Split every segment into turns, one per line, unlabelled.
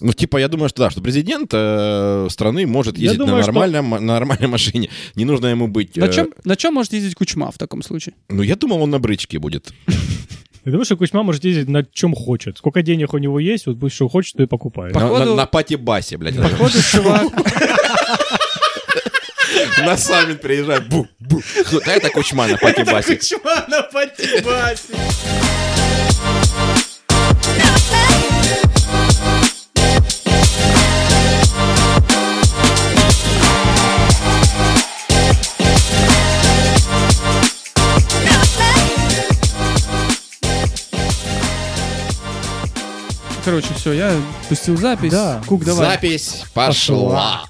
Ну, типа, я думаю, что да, что президент э, страны может
Я
ездить
думаю,
на,
что-
нормальном, на нормальной машине. Не нужно ему быть...
На
э,
чем, на чем может ездить Кучма в таком случае?
Ну, я думал, он на брычке будет.
Ты думаешь, что Кузьма может ездить на чем хочет? Сколько денег у него есть, вот пусть что хочет, то и покупает.
На-
Походу-
На, на пати-басе, блядь.
Походу, чувак,
На саммит приезжает. Бу, бу. Да, это Кучма на пати-басе.
Кучма на патибасе.
короче, все, я пустил запись.
Да.
Кук, давай.
Запись пошла.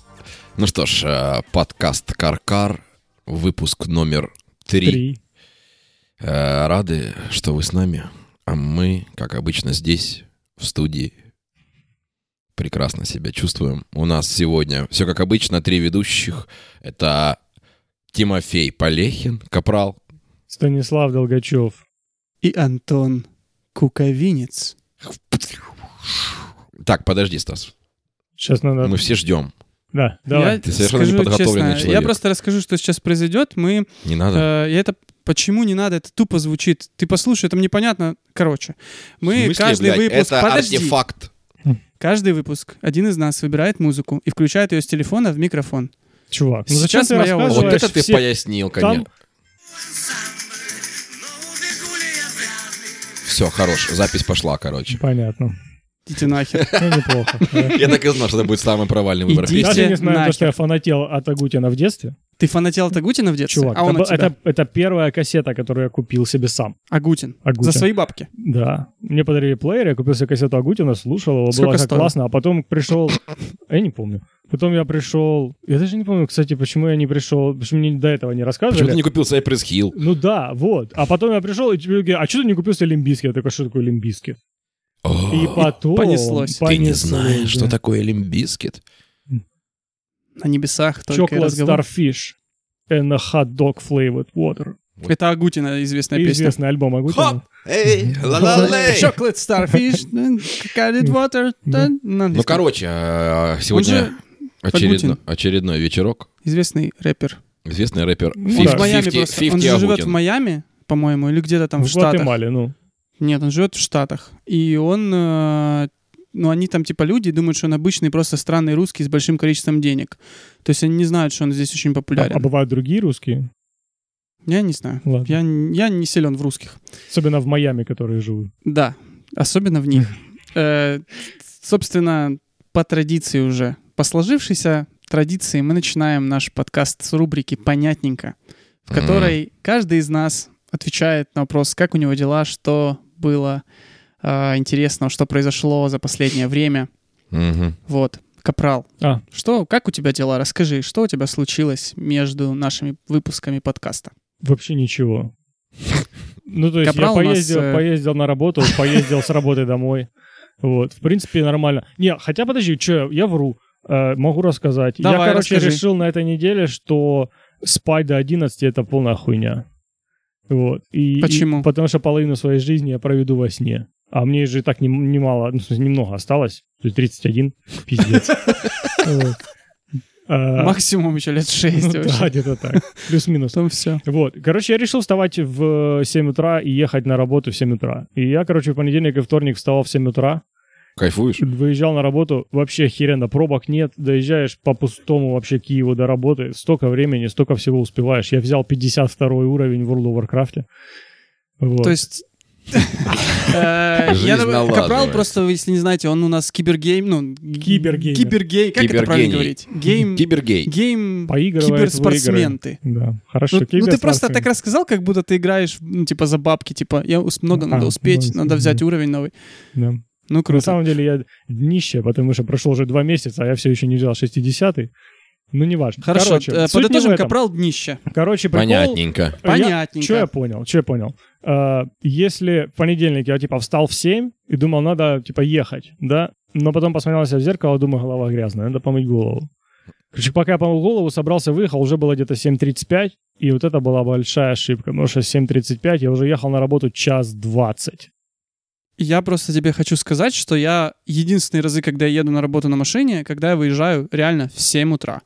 Ну что ж, э, подкаст Каркар, выпуск номер три.
Три.
Э, Рады, что вы с нами. А мы, как обычно, здесь, в студии, прекрасно себя чувствуем. У нас сегодня все как обычно, три ведущих. Это Тимофей Полехин, Капрал.
Станислав Долгачев.
И Антон Куковинец.
Так, подожди, Стас.
Сейчас надо...
Мы все ждем.
Да, давай.
Я
Ты совершенно
скажу
неподготовленный
честно, Я
человек. Ну
просто расскажу, что сейчас произойдет. Мы
Не надо.
Э, и это почему не надо, это тупо звучит. Ты послушай, там непонятно. Короче, мы
В смысле,
каждый
блядь,
выпуск...
Это
подожди.
артефакт.
Каждый выпуск один из нас выбирает музыку и включает ее с телефона в микрофон.
Чувак, ну зачем
Сейчас
ты
моя
рассказываешь
Вот
Называешь
это ты
все-
пояснил, конечно. Все, хорош. Запись пошла, короче.
Понятно.
Идите нахер.
Ну, неплохо. да.
Я так и знал, что это будет самый провальный выбор
Иди
песни.
Даже не знаю, то,
нахер.
что я фанател от Агутина в детстве.
Ты фанател от Агутина в детстве?
Чувак,
а он
это,
от тебя.
это- это первая кассета, которую я купил себе сам.
Агутин.
Агутин.
За свои бабки.
Да. Мне подарили плеер, я купил себе кассету Агутина, слушал его,
Сколько
было так
стоило?
классно. А потом пришел... Я не помню. Потом я пришел... Я даже не помню, кстати, почему я не пришел... Почему мне до этого не
А
рассказывали.
Почему ты не купил Cypress Hill?
Ну да, вот. А потом я пришел, и тебе говорят, а что ты не купил себе лимбиски? Я такой, что такое лимбиски? И потом...
понеслось.
Ты не
понеслось,
знаешь,
да.
что такое лимбискет?
На небесах только и
Chocolate
разговор.
Starfish and a hot dog flavored water.
Это Агутина известная песня.
Известный альбом Агутина.
Эй, ла-ла-лей.
Chocolate Starfish, Colored Water. да, на
Ну,
английском.
короче, э, сегодня очередно- очередной вечерок.
Известный рэпер.
Известный рэпер
Ну,
Он
да.
в Майами
50
просто. Он
50
же живет в
Агутин.
Майами, по-моему, или где-то там в
В
Штатах.
Гватемале, ну.
Нет, он живет в Штатах. И он... э, Ну, они там типа люди и думают, что он обычный просто странный русский с большим количеством денег. То есть они не знают, что он здесь очень
А,
популярен.
а бывают другие русские,
Я не знаю.
Ладно.
Я, н- я не силен в русских.
особенно в Майами, которые живут.
Да, особенно в них. Э, Собственно, по традиции уже, по сложившейся традиции мы начинаем наш подкаст с рубрики «Понятненько», в которой каждый из нас отвечает на вопрос, как у него дела, что было э, интересного, что произошло за последнее время.
Мгм.
Вот, Капрал,
А.
что, как у тебя дела? Расскажи, что у тебя случилось между нашими выпусками подкаста?
Вообще ничего. Ну, то есть
Капрал у
я
нас,
поездил,
э,
поездил на работу, поездил с работы домой. Вот, в принципе, нормально. Не, хотя подожди, что, я вру. Э, могу рассказать. я,
Давай,
короче,
расскажи.
решил на этой неделе, что спать до 11 это полная хуйня. Вот. И,
Почему?
и- потому что половину своей жизни я проведу во сне. А мне же и так нем- немало, ну, в смысле, немного осталось. То есть 31, пиздец. Вот. А,
Максимум еще лет шесть
ну Да,
вообще.
где-то так. Плюс-минус.
Потом все.
Вот. Короче, я решил вставать в э, 7 утра и ехать на работу в 7 утра. И я, короче, в понедельник и вторник вставал в 7 утра,
Кайфуешь?
выезжал на работу, вообще охеренно, пробок нет, доезжаешь по пустому вообще Киеву до работы, столько времени, столько всего успеваешь. Я взял 52 уровень в World of Warcraft. Вот.
То есть... э,
Жизнь
я думаю, Капрал
налаживается.
просто, если не знаете, он у нас кибергейм, ну... г-
Кибергеймер.
Кибергей, как это
Кибергений.
правильно говорить? Гейм...
Кибергей.
Гейм...
Поигрывает,
Киберспортсмен
выигрывает.
ты.
Да,
Ну,
хорошо.
ну ты
киберспортсмен.
просто так рассказал, как будто ты играешь, ну, типа, за бабки, типа, я ус- много
А,
надо успеть,
ну,
надо взять уровень новый.
Да.
Ну,
На
круто.
самом деле я днище, потому что прошло уже два месяца, а я все еще не взял 60-й. Ну, неважно.
Хорошо,
Короче,
э,
суть не в
подытожим
этом.
Капрал днище.
Короче, прикол...
Понятненько.
Понятненько.
Что я понял? Что я понял? Э, Если в понедельник я, типа, встал в 7 и думал, надо, типа, ехать, да? Но потом посмотрел на себя в зеркало, думаю, голова грязная, надо помыть голову. Короче, пока я помыл голову, собрался, выехал, уже было где-то 7.35, и вот это была большая ошибка, потому что с 7.35 я уже ехал на работу час 20.
Я просто тебе хочу сказать, что я единственные разы, когда я еду на работу на машине, когда я выезжаю реально в 7 утра.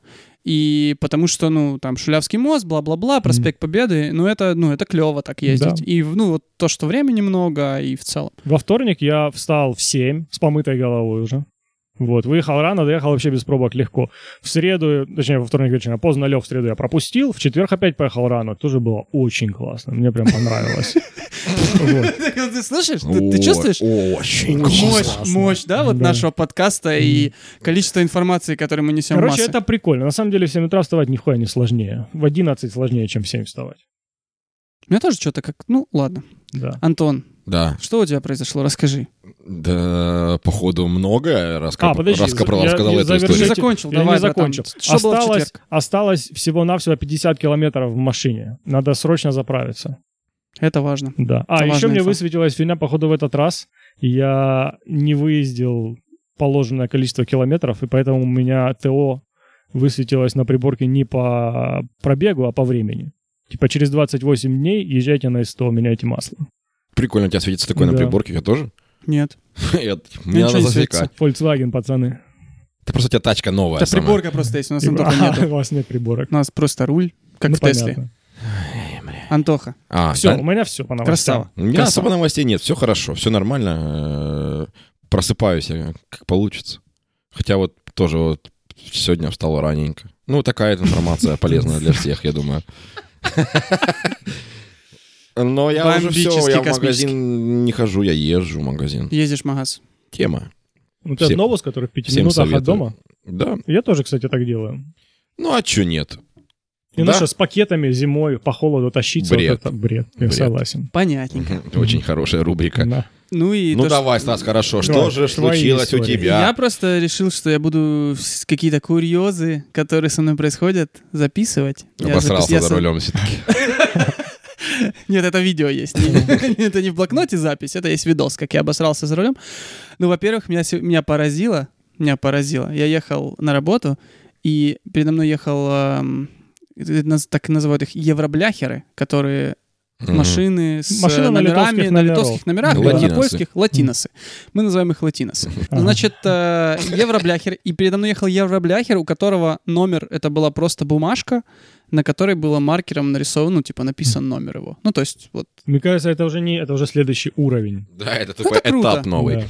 И потому что, ну, там, Шулявский мост, бла-бла-бла, проспект Победы, ну, это, ну, это клево так ездить.
Да.
И, ну, вот то, что времени много, и в целом.
Во вторник я встал в 7 с помытой головой уже. Вот, выехал рано, доехал вообще без пробок легко. В среду, точнее, во вторник вечером, я поздно лег, в среду я пропустил, в четверг опять поехал рано. Тоже было очень классно, мне прям понравилось. Вот.
Ты слышишь? Ты ты чувствуешь?
О, Очень
Мощь,
классно.
мощь, да, вот
Да.
нашего подкаста и количество информации, которую мы несем
Короче,
в массы.
это прикольно. На самом деле в 7 утра вставать нихуя не сложнее. В 11 сложнее, чем в 7 вставать.
У меня тоже что-то как... Ну, ладно.
Да.
Антон,
Да,
что у тебя произошло? Расскажи.
да, походу много
А,
раскоп...
подожди,
раскопал,
я-
рассказал
я
эту
завершу.
Ты же
историю.
Слушайте,
закончил,
Я
Ну давай.
не
братан.
закончил.
Что было в
осталось,
четверг?
осталось всего-навсего 50 километров в машине. Надо срочно заправиться.
Это важно.
Да. А,
Это
еще
важная
мне
инфа.
высветилась фигня, походу, в этот раз. Я не выездил положенное количество километров, и поэтому у меня ТО высветилось на приборке не по пробегу, а по времени. Типа через 28 дней езжайте на СТО, меняйте масло.
Прикольно, у тебя светится такое на
Да.
приборке, я тоже.
Нет.
Я- Мне
ничего
надо
не светится.
засекать.
Volkswagen, пацаны.
Это просто у тебя тачка новая
Это
сама.
приборка просто есть, у нас Антоха
А,
нету.
у вас нет приборок.
У нас просто руль, как
Ну,
в Тесле.
понятно.
Антоха,
А,
Все,
да?
у меня все по новостям.
красава.
У меня
Красава.
особо новостей нет, все хорошо, все нормально. Э, Просыпаюсь я, как получится. Хотя вот тоже вот сегодня встал раненько. Ну, такая информация полезная для всех, я думаю. Но я уже все,
Бомбический,
я в магазин не хожу, я езжу в магазин.
Ездишь в магаз.
Тема.
У тебя
Всем-
новоз, который в 5
всем
минутах от
советую.
дома.
Да.
Я тоже, кстати, так делаю.
Ну, а чё нет?
И
Да.
ну что, с пакетами зимой по холоду тащиться.
Бред.
Вот это бред. Я
Бред.
согласен.
Понятненько.
Очень хорошая рубрика.
Да.
Ну и
Ну
то, что-
давай, Стас, хорошо. Что
Давай,
же
твои
случилось у
истории.
тебя?
Я просто решил, что я буду с- какие-то курьезы, которые со мной происходят, записывать. Я запис-
Обосрался
я
за
со-
рулем все-таки.
Нет, это видео есть. Не- Это не в блокноте запись, это есть видос, как я обосрался за рулем. Ну, во-первых, меня, се- меня поразило, меня поразило. Я ехал на работу, и передо мной ехал, эм, это- это наз- так называют их, евробляхеры, которые машины с
Машины на
э, номерами
литовских
на
номеров.
литовских номерах,
Латиносы.
на польских, латиносы. Мы называем их латиносы. Ну,
Ага.
значит, э, евробляхер, и передо мной ехал евробляхер, у которого номер, это была просто бумажка, на которой было маркером нарисован, ну, типа, написан номер его. Ну, то есть, вот.
Мне кажется, это уже не, это уже следующий уровень.
Да, это такой
круто.
этап новый.
Да.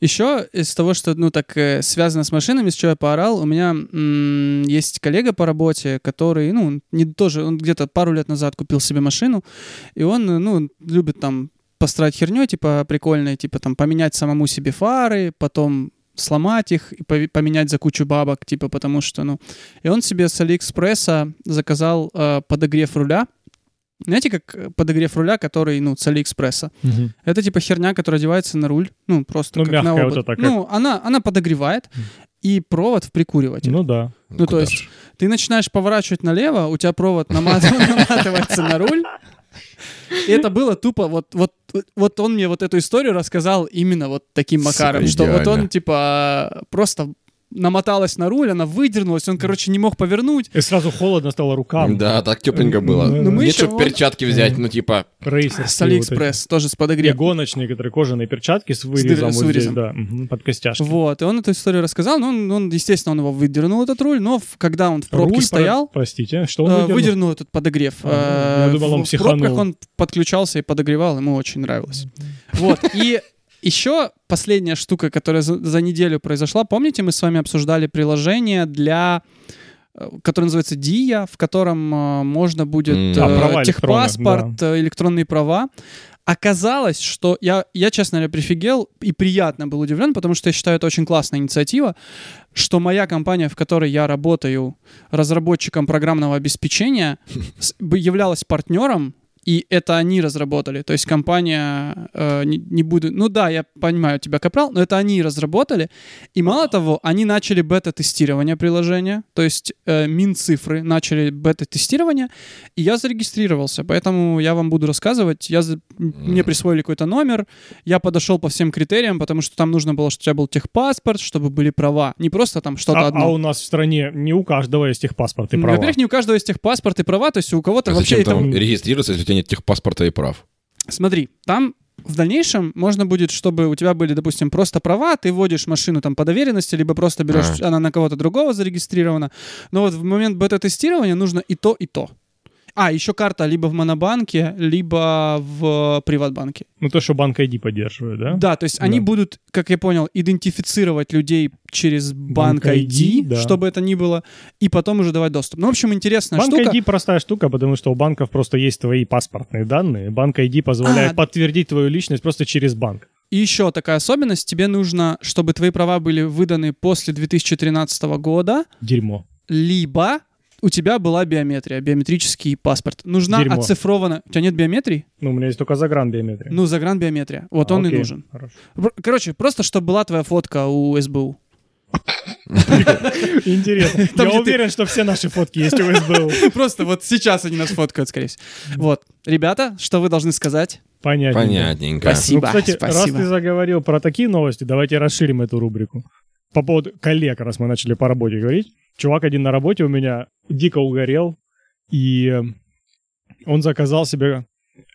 Еще из того, что, ну, так э, связано с машинами, с чего я поорал, у меня м, есть коллега по работе, который, ну, он не тоже, он где-то пару лет назад купил себе машину, и он, э, ну, любит там построить херню, типа, прикольной, типа, там, поменять самому себе фары, потом сломать их и пове- поменять за кучу бабок, типа, потому что, ну... И он себе с Алиэкспресса заказал э, подогрев руля. Знаете, как э, подогрев руля, который, ну, с Алиэкспресса.
Мгм.
Это типа херня, которая одевается на руль. Ну, просто
Ну,
как
мягкая
на
вот
обод.
эта, как-
Ну, она, она подогревает,
Мгм.
и провод в прикуриватель.
Ну да.
Ну, то
куда
есть-
ж.
Ты начинаешь поворачивать налево, у тебя провод намат- наматывается на руль. И это было тупо, вот, вот, вот он мне вот эту историю рассказал именно вот таким
Сука,
макаром, что вот
идеально.
он типа просто намоталась на руль, она выдернулась, он, короче, не мог повернуть.
И сразу холодно стало рукам.
Да, так тепленько было.
Ну, ну,
Ну,
мы
Нет,
еще
чтоб
вон-
перчатки взять, ну, типа,
Рейсерские
С
вот эти.
Алиэкспресс, тоже с
Не,
подогревом.
гоночные, которые кожаные перчатки с вырезом
дыр- с
вот здесь,
вырезом.
да, мгм, под костяшки.
Вот, и он эту историю рассказал, но он, он, естественно, он его выдернул, этот руль, но в- когда он в пробке
Руль,
стоял,
про- Простите, что он
Э,
выдернул?
выдернул? этот подогрев.
А,
Э,
я думал, он
в
психанул.
пробках он подключался и подогревал, ему очень нравилось. Вот, и еще последняя штука, которая за, за неделю произошла. Помните, мы с вами обсуждали приложение для э, которое называется Дия, в котором э, можно будет
М.
э,
А,
права электронные,
техпаспорт, э, электронные права. Оказалось, что я, я, честно говоря, прифигел и приятно был удивлен, потому что я считаю, это очень классная инициатива, что моя компания, в которой я работаю разработчиком программного обеспечения, с- бы являлась партнером, и это они разработали. То есть компания, э, не, не буду... Ну да, я понимаю тебя, Капрал, но это они разработали. И мало того, они начали бета-тестирование приложения, то есть э, Минцифры начали бета-тестирование, и я зарегистрировался, поэтому я вам буду рассказывать. Я за- м, Мне присвоили какой-то номер, я подошел по всем критериям, потому что там нужно было, чтобы у тебя был техпаспорт, чтобы были права. Не просто там что-то
А,
одно.
а у нас в стране не у каждого есть техпаспорт и
Ну,
права.
Во-первых, не у каждого есть техпаспорт и права, то есть у кого-то
а
вообще
зачем там
это...
там-
регистрироваться, если у тебя нет техпаспорта и прав?
Смотри, там в дальнейшем можно будет, чтобы у тебя были, допустим, просто права, ты вводишь машину там по доверенности, либо просто берешь, она на кого-то другого зарегистрирована. Но вот в момент бета-тестирования нужно и то, и то. А, еще карта либо в Монобанке, либо в Приватбанке.
Ну, то, что банк ID поддерживает, да?
Да, то есть они
Да.
будут, как я понял, идентифицировать людей через
Банк
банк ID,
ID, да.
чтобы это ни было, и потом уже давать доступ. Ну, в общем, интересная
Банк
штука.
ID простая штука, потому что у банков просто есть твои паспортные данные. Банк ID позволяет
А.
подтвердить твою личность просто через банк.
И еще такая особенность, тебе нужно, чтобы твои права были выданы после 2013 года,
Дерьмо.
либо у тебя была биометрия, биометрический паспорт. Нужна
Дерьмо.
оцифрована... У тебя нет биометрии?
Ну, у меня есть только загранбиометрия.
Ну, загранбиометрия. Вот
А,
он и
окей,
нужен.
хорошо.
Бр- Короче, просто, чтобы была твоя фотка у СБУ.
Интересно.
Там, где
Я
ты-
уверен, что все наши фотки есть у СБУ.
Просто вот сейчас они нас фоткают, скорее всего. Вот. Ребята, что вы должны сказать?
Понятно.
Понятненько.
Спасибо.
Ну, кстати, раз
спасибо.
ты заговорил про такие новости, давайте расширим эту рубрику. По поводу коллег, раз мы начали по работе говорить. Чувак один на работе у меня дико угорел, и э, он заказал себе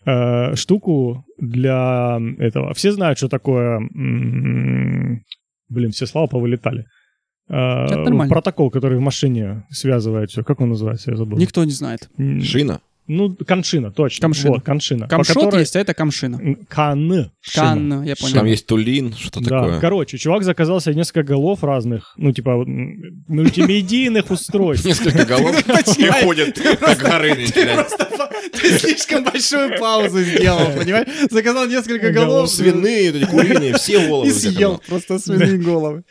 э, штуку для этого. Все знают, что такое... м, Блин, все слова повылетали. Э,
Это нормально.
Протокол, который в машине связывает все. Как он называется? Я забыл.
Никто не знает.
М,
Шина?
Ну, коншина, точно.
Камшина.
Вот, коншина. По
Камшот
которой-
есть, а это камшина.
М, Каншина.
Канна, я понял.
Там есть тулин, что
Да,
такое?
короче, чувак заказал себе несколько голов разных, ну, типа, м, мультимедийных устройств.
Несколько голов и ходят, как горы.
Ты слишком большую паузу сделал, понимаешь? Заказал несколько ну,
голов,
Ну, Свиные, эти куриные, все головы. заказал.
просто свиные головы.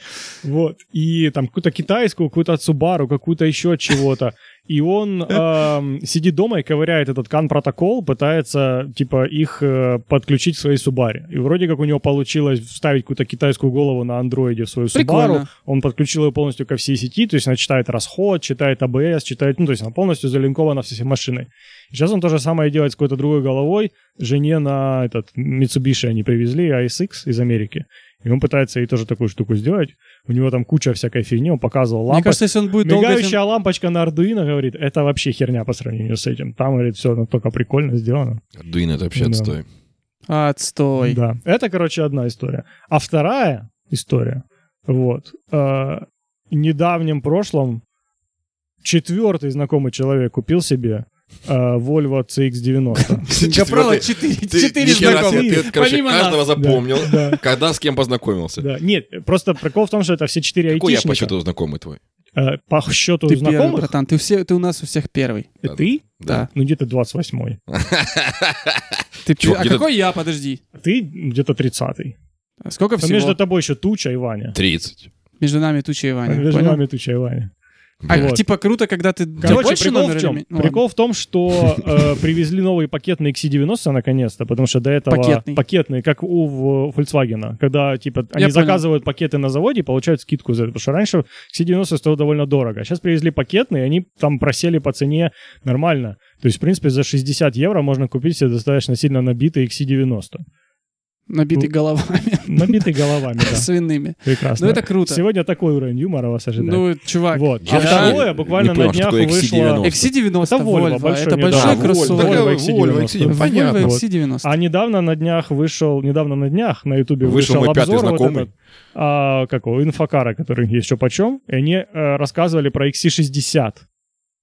Вот. И там какую-то китайскую, какую-то Отсубару, какую-то еще чего-то. И он эм, сидит дома и ковыряет этот кан-протокол, пытается, типа, их э, подключить к своей Субаре. И вроде как у него получилось вставить какую-то китайскую голову на андроиде в свою Субару.
Прикольно.
Он подключил ее полностью ко всей сети, то есть она читает расход, читает АБС, читает, ну, то есть она полностью залинкована со всей машиной. Сейчас он то же самое делает с какой-то другой головой, жене на этот Mitsubishi они привезли, ASX из Америки. И он пытается ей тоже такую штуку сделать. У него там куча всякой фигни, он показывал
Мне
лампы.
кажется, если он будет долго... этим-
Мигающая лампочка на Arduino, говорит, это вообще херня по сравнению с этим. Там, говорит, все настолько прикольно сделано.
Дуин это вообще
Да.
отстой.
Отстой.
а- Да. Это, короче, одна история. А вторая история, вот, э, в недавнем прошлом четвертый знакомый человек купил себе э, Volvo CX-90.
Капрала
Четвёртый.
4,
Ты
четыре
ни хера
знакомых.
себе, Ты, короче,
Помимо нас.
каждого запомнил,
Да,
когда с кем познакомился.
да. Нет, просто прикол в том, что это все
Какой
четыре
я по
айтишника.
счету знакомый твой?
Э, По счету
Ты первый,
знакомых.
братан. Ты, все, ты у нас у всех первый.
Э, Ты?
Да.
Ну, где-то 28-й.
Ты,
Чё,
а
где-то-
какой я? Подожди.
А ты где-то 30-й.
А Сколько
Там
всего?
между
Между,
тобой еще Туча и Ваня.
30.
нами туча и Ваня.
между
понял?
нами Туча и Ваня.
А,
Вот.
типа круто, когда ты... у тебя
Короче,
больше
прикол
номер
в
или
чем?
ми- Ну, ладно.
прикол в том, что э, привезли новый пакет на XC90 наконец-то, потому что до этого
Пакетный.
пакетный, как у в- Volkswagen, когда типа они
понял.
заказывают пакеты на заводе и получают скидку за это, потому что раньше XC90 стоил довольно дорого. Сейчас привезли пакетный, и они там просели по цене нормально. То есть, в принципе, за 60 евро можно купить себе достаточно сильно набитый XC90.
Набитый
Ну,
головами.
Набитый головами, да.
Свиными.
Прекрасно.
Ну, это круто.
Сегодня такой уровень юмора вас ожидает.
Ну, чувак,
Вот.
Я
а
даже
второе
не-
буквально
не
на
понял, что
днях
такое
вышло...
XC90.
XC90,
Это Volvo,
Volvo.
большой
Это большой
Да,
недавно.
Volvo,
кроссовер.
Volvo,
XC90.
XC90.
Volvo,
Volvo
Понятно.
А
XC90.
недавно на днях вышел, недавно на днях на Ютубе
Вышел
вышел,
мой пятый
обзор вот
знакомый.
этот, а, какого, инфокара, который есть еще почем, и они э, рассказывали про XC60,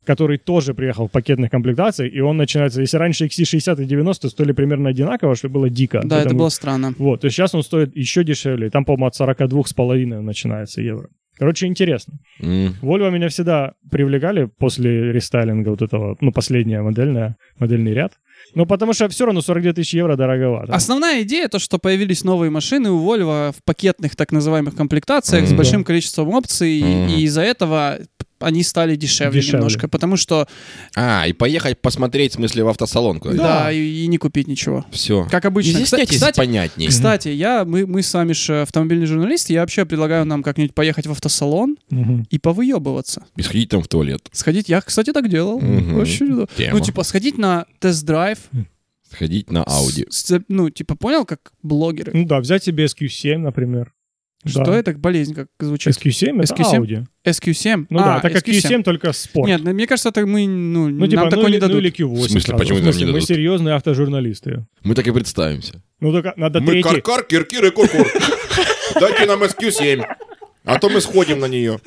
который тоже приехал в пакетных комплектациях, и он начинается, если раньше XC60 и 90 стоили примерно одинаково, что было дико.
Да, это
Поэтому-
было странно.
Вот, то есть сейчас он стоит еще дешевле, там, по-моему, от 42,5 начинается евро. Короче, интересно.
М.
Volvo меня всегда привлекали после рестайлинга вот этого, ну, последняя модельная, модельный ряд. Ну, потому что все равно 42 тысячи евро дороговато.
Основная идея то, что появились новые машины у Volvo в пакетных так называемых комплектациях с
Мгм.
большим количеством опций,
Мгм.
и из-за этого они стали дешевле,
Дешевле.
немножко, потому что
А, и поехать посмотреть, в смысле, в автосалон
да,
куда-нибудь.
и, и не купить ничего.
Все.
Как обычно. Кста-
Изъясняйтесь
кстати,
понятнее.
кстати, я мы мы сами же автомобильный журналист, я вообще предлагаю нам как-нибудь поехать в автосалон
Мгм.
и повыебываться.
И сходить там в туалет.
Сходить, я, кстати, так делал.
Мгм.
Очень удобно.
Тема.
Ну, типа, сходить на тест-драйв,
Сходить на Ауди.
С- с- ну, типа, понял, как блогеры.
Ну да, взять себе SQ7, например.
Что
Да.
это? Болезнь как звучит?
SQ7 это
SQ7?
Audi.
SQ7?
Ну
А,
да, так как
SQ7.
Q7 только спорт.
Нет, ну, мне кажется, так мы, ну,
ну типа,
нам
ну,
такое
или,
не дадут.
ну или Q8.
В смысле,
сразу.
почему
В
нам не
смысле, мы
дадут?
серьезные автожурналисты.
Мы так и представимся.
Ну так надо
Мы
третий...
каркар, киркир и куркур. Дайте нам SQ7, а то мы сходим на нее.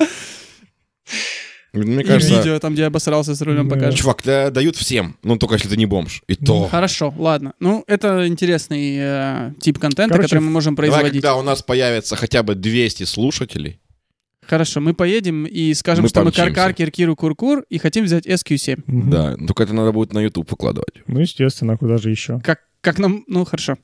Мне
И
кажется,
видео там, где я обосрался с рулем,
Да.
покажешь.
чувак, да, дают всем. Ну, только если ты не бомж. И то.
Хорошо, ладно. Ну, это интересный э, тип контента,
Короче,
который мы можем
Давай,
производить.
когда у нас появится хотя бы 200 слушателей,
Хорошо, мы поедем и скажем,
Мы
что
помчимся.
мы каркар, киркиру, куркур и хотим взять SQ7.
Мгм.
Да, ну, только это надо будет на YouTube выкладывать.
Ну, естественно, куда же еще?
Как, как нам... Ну, хорошо.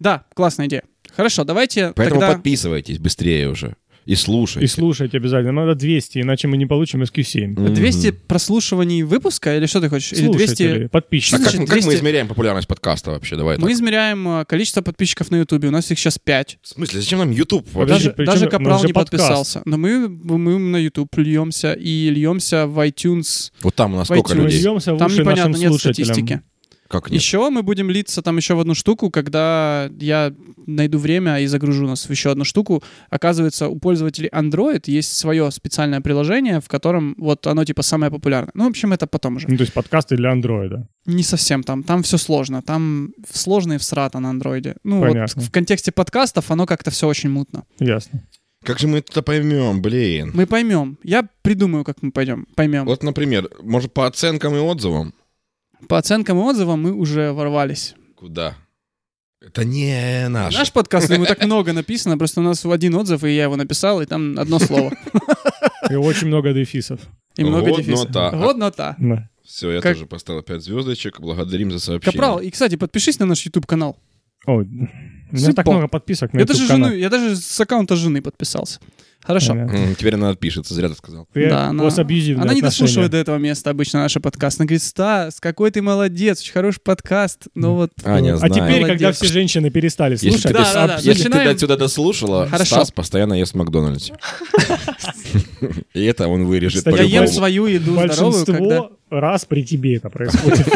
Да, классная идея. Хорошо, давайте
Поэтому
тогда...
подписывайтесь быстрее уже. И слушайте.
И слушайте обязательно. Надо 200, иначе мы не получим SQ7.
Мгм.
200 прослушиваний выпуска или что ты хочешь? Или 200...
Слушатели,
А
подписчики.
как,
значит,
мы- как
200?
мы измеряем популярность подкаста вообще? Давай
Мы
так.
измеряем э, количество подписчиков на Ютубе. У нас их сейчас 5.
В смысле, зачем нам YouTube вообще?
Подожди,
А Даже,
причем
даже
у нас
Капрал
же
не
подкаст.
подписался. Но мы, мы на YouTube льемся и льемся в iTunes.
Вот там у нас
в
сколько
iTunes.
Мы
людей?
льемся в
Там
уши
непонятно,
нашим
нет
слушателям.
статистики.
Как нет?
Еще мы будем литься там еще в одну штуку, когда я найду время и загружу нас в еще одну штуку. Оказывается, у пользователей Android есть свое специальное приложение, в котором вот оно типа самое популярное. Ну, в общем, это потом уже.
Ну, то есть подкасты для андроида.
Не совсем там. Там все сложно. Там сложно и всрато на андроиде. Ну, вот
Понятно.
в контексте подкастов оно как-то все очень мутно.
Ясно.
Как же мы это поймем, блин?
Мы поймем. Я придумаю, как мы пойдем. Поймем.
Вот, например, может, по оценкам и отзывам?
По оценкам и отзывам мы уже ворвались.
Куда? Это не наш.
Наш подкаст, ну, ему так много написано, просто у нас один отзыв, и я его написал, и там одно слово.
И очень много дефисов.
И много
Годнота.
дефисов. Годнота.
Да.
Все, ну я
Как-
тоже поставил 5 звездочек. Благодарим за сообщение.
Капрал, и, кстати, подпишись на наш YouTube-канал.
О, у меня
Сыпал.
так много подписок на
Я даже,
YouTube канал.
жену, я даже с аккаунта жены подписался. Хорошо.
Понятно.
М, Теперь она отпишется, зря ты сказал.
Ты-
Да,
у
она-
вас абьюзивные
Она не
отношения.
дослушивает до этого места обычно наши подкасты. Она говорит, Стас, какой ты молодец, очень хороший подкаст. Но вот...
Аня,
а
знаю.
теперь, когда
Молодец.
все женщины перестали
Если,
слушать,
ты,
Да,
дос-
да, да.
если ты
Начинаем.
до сюда дослушала,
Хорошо.
Стас постоянно ест в Макдональдсе. И это он вырежет
Кстати,
Я ем
по-любому.
свою еду здоровую,
большинство
когда...
раз при тебе это происходит.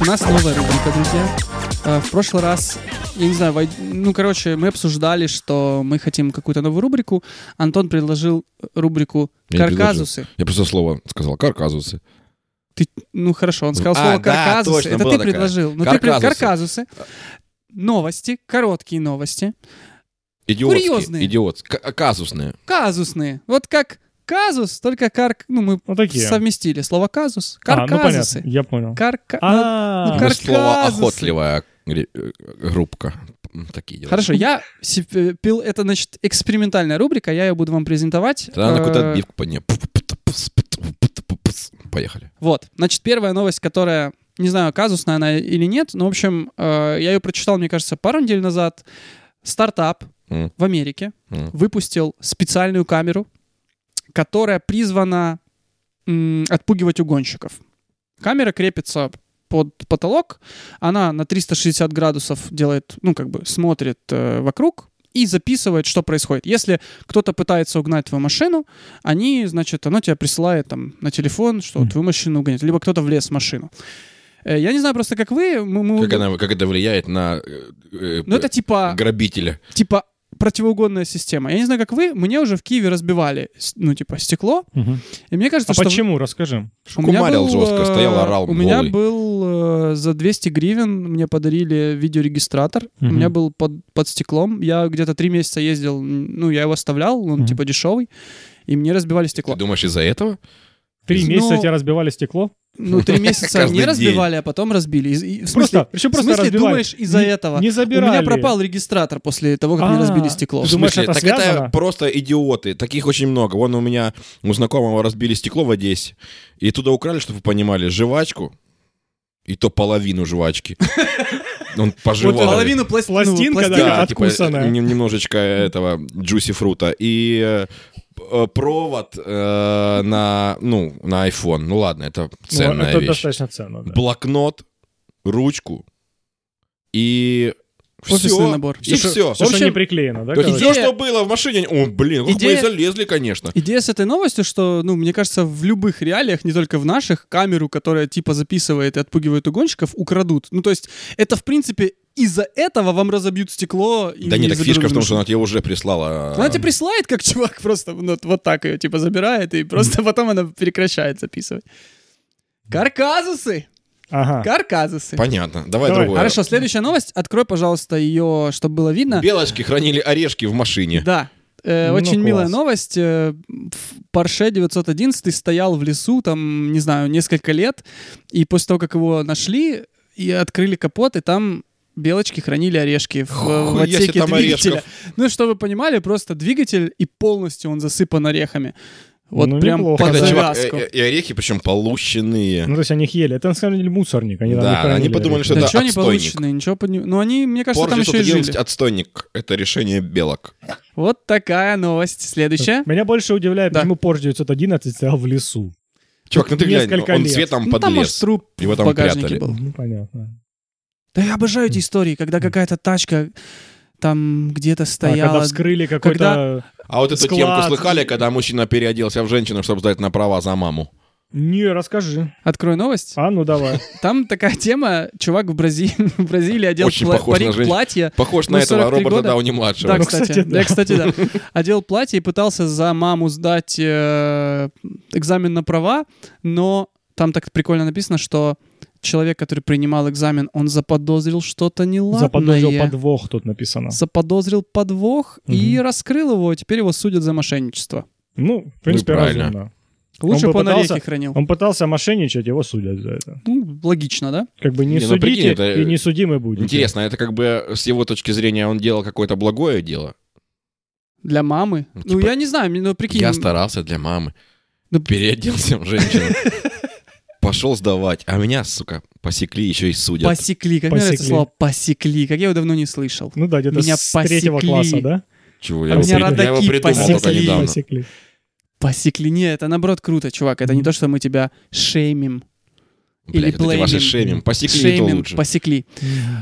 У нас новая рубрика, друзья. Э, В прошлый раз, я не знаю, вой- ну, короче, мы обсуждали, что мы хотим какую-то новую рубрику. Антон предложил рубрику
Я не предложил.
«Карказусы».
Я просто слово сказал. Карказусы.
Ну, хорошо, он сказал
А,
слово
да,
«карказусы».
точно,
Это
была
ты
такая.
предложил. Но ты при-
Карказусы.
«Карказусы». Новости, короткие новости,
Идиотские.
Курьезные.
Идиот. К- казусные.
казусные. Вот как казус, только карк... Ну, мы
Ну, такие.
совместили слово «казус».
А, ну понятно,
«Карказусы».
я понял.
Карка... ну,
А,
ну,
Мы
Карказусы.
слово охотливая гри- э, группка. М, Такие дела.
Хорошо, я си- э, пил... Это, значит, экспериментальная рубрика, я ее буду вам презентовать.
Тогда на какую-то
Э,
отбивку подня- пс- пс- пс- пс- пс- пс. Поехали.
Вот, значит, первая новость, которая, не знаю, казусная она или нет, но, в общем, э, я ее прочитал, мне кажется, пару недель назад. Стартап
М.
в Америке
М.
выпустил специальную камеру, которая призвана м, отпугивать угонщиков. Камера крепится под потолок, она на 360 градусов делает, ну, как бы смотрит э, вокруг и записывает, что происходит. Если кто-то пытается угнать твою машину, они, значит, оно тебя присылает там на телефон, что
Мгм.
твою машину угонят, либо кто-то влез в машину. Э, Я не знаю просто, как вы, мы, мы-
Как, она- как это влияет на э, э,
ну это типа
грабителя?
типа противоугонная система. Я не знаю, как вы, мне уже в Киеве разбивали, с- ну, типа, стекло.
мгм.
И мне кажется,
А
что...
почему? Расскажи.
У меня
Кумарил
был,
жестко,
э,
стоял, орал,
У меня
голый.
был э, за 200 гривен, мне подарили видеорегистратор, у
Мгм.
меня был под, под стеклом, я где-то три месяца ездил, м, ну, я его оставлял, он,
Мгм.
типа, дешевый, и мне разбивали
Ты
стекло.
думаешь, из-за этого?
Три
Ну,
месяца тебя разбивали стекло?
Ну, три месяца
Каждый
не
день.
разбивали, а потом разбили. Из- и- в смысле,
Просто, причем
в
просто
смысле
разбивали.
думаешь, из-за
Не-
этого?
Не
у
забирали.
меня пропал регистратор после того, как мне
А.
разбили стекло.
Ты думаешь,
В смысле?
это
так
связано?
это просто идиоты. Таких очень много. Вон у меня у знакомого разбили стекло в Одессе. И туда украли, чтобы вы понимали, жвачку. И то половину жвачки. Он пожевал.
Вот это
Половину пласт- ну,
Пластинка,
пластинки.
да,
типа,
откусанная.
нем- немножечко этого джуси фрута. И э, п- э, провод э, на, ну, на iPhone. Ну ладно, это
Ну,
ценная
Это
вещь.
достаточно ценно, да.
Блокнот, ручку и
Офисный
Всё.
набор.
И
Всё,
все.
Все, что не приклеено, да?
То есть
короче?
все,
Идея-
что было в машине, о, блин, вот мы и
Идея-
залезли, конечно.
Идея с этой новостью, что, ну, мне кажется, в любых реалиях, не только в наших, камеру, которая типа записывает и отпугивает угонщиков, украдут. Ну, то есть это, в принципе, из-за этого вам разобьют стекло. И
Да нет, так
заберут
фишка в том,
машину.
что она тебе уже прислала. а,
Она тебе присылает, как чувак просто ну, вот, вот так ее типа забирает, и просто потом она прекращает записывать. Карказусы!
Ага.
Карказусы!
А. Понятно. Давай,
Давай.
другое.
Хорошо, следующая новость. Открой, пожалуйста, ее, чтобы было видно.
Белочки хранили орешки в машине.
Да. Э,
Ну,
очень
класс.
милая новость. Э, в Porsche 911 стоял в лесу, там, не знаю, несколько лет. И после того, как его нашли, и открыли капот, и там белочки хранили орешки в,
Хуя
в
себе
отсеке
там
двигателя.
орешков.
Ну, чтобы вы понимали, просто двигатель, и полностью он засыпан орехами. Вот
Ну,
прям
неплохо.
под
Когда чувак,
завязку.
э, э, и орехи, причем полущенные.
Ну, то есть они их ели. Это, на самом деле, мусорник. Они там
Да,
не хранили
они подумали,
это.
что
да
это
чё они
отстойник.
полученные, ничего под... Ну, они, мне кажется,
Порш
там еще и
911
жили.
отстойник. Это решение белок.
Вот такая новость. Следующая.
Меня больше удивляет,
Да.
почему Porsche 911 стоял в лесу.
Чувак, ну ты глянь,
Несколько
он
лет.
цветом
Ну, там, может,
подлез.
труп
Его
в
там
багажнике
прятали.
был.
Ну, понятно.
Да я обожаю эти истории, когда какая-то тачка там где-то
Так, А, когда
стояла.
вскрыли какой-то...
А вот эту
Склад.
темку слыхали, когда мужчина переоделся в женщину, чтобы сдать на права за маму?
Не, расскажи.
Открой новость.
А, ну давай.
Там такая тема, чувак в, Бразилии, в Бразилии одел
Очень
пла-
похож на
парик
женщину.
платье.
Похож
Ну,
на этого
43
Роберта
года.
Дауни-младшего.
Да,
Ну,
кстати,
кстати,
да.
да.
кстати, да. Одел платье и пытался за маму сдать э, экзамен на права, но там так прикольно написано, что человек, который принимал экзамен, он заподозрил что-то неладное.
Заподозрил подвох, тут написано.
Заподозрил подвох и раскрыл его. а Теперь его судят за мошенничество.
Ну, в принципе,
правильно.
разумно.
Лучше
бы
бы он
пытался-
орехи хранил.
Он пытался мошенничать, его судят за это.
Ну, логично, да?
Как бы не
Не, ну, прикинь,
судите,
это-
и не судимы будете.
Интересно, это как бы с его точки зрения он делал какое-то благое дело?
Для мамы.
Ну,
Ну,
типа,
я не знаю, ну, прикинь. ну,
Я старался для мамы.
Да-
Переоделся в женщину. Пошел сдавать. А меня, сука, посекли, еще и судят.
Посекли. Как мне нравится
Посекли.
слово посекли. Как я его давно не слышал.
Ну да, где-то
Меня
с третьего
посекли.
класса, да?
Чего,
А
я его
меня
придумал, я его
родаки
придумал только
посекли.
недавно.
посекли.
Посекли. Нет, это наоборот круто, чувак. Это не то, что мы тебя шеймим. Или
Блядь, вот эти ваши
плеймим.
шеймим. Посекли, то
Шеймим,
лучше.
посекли.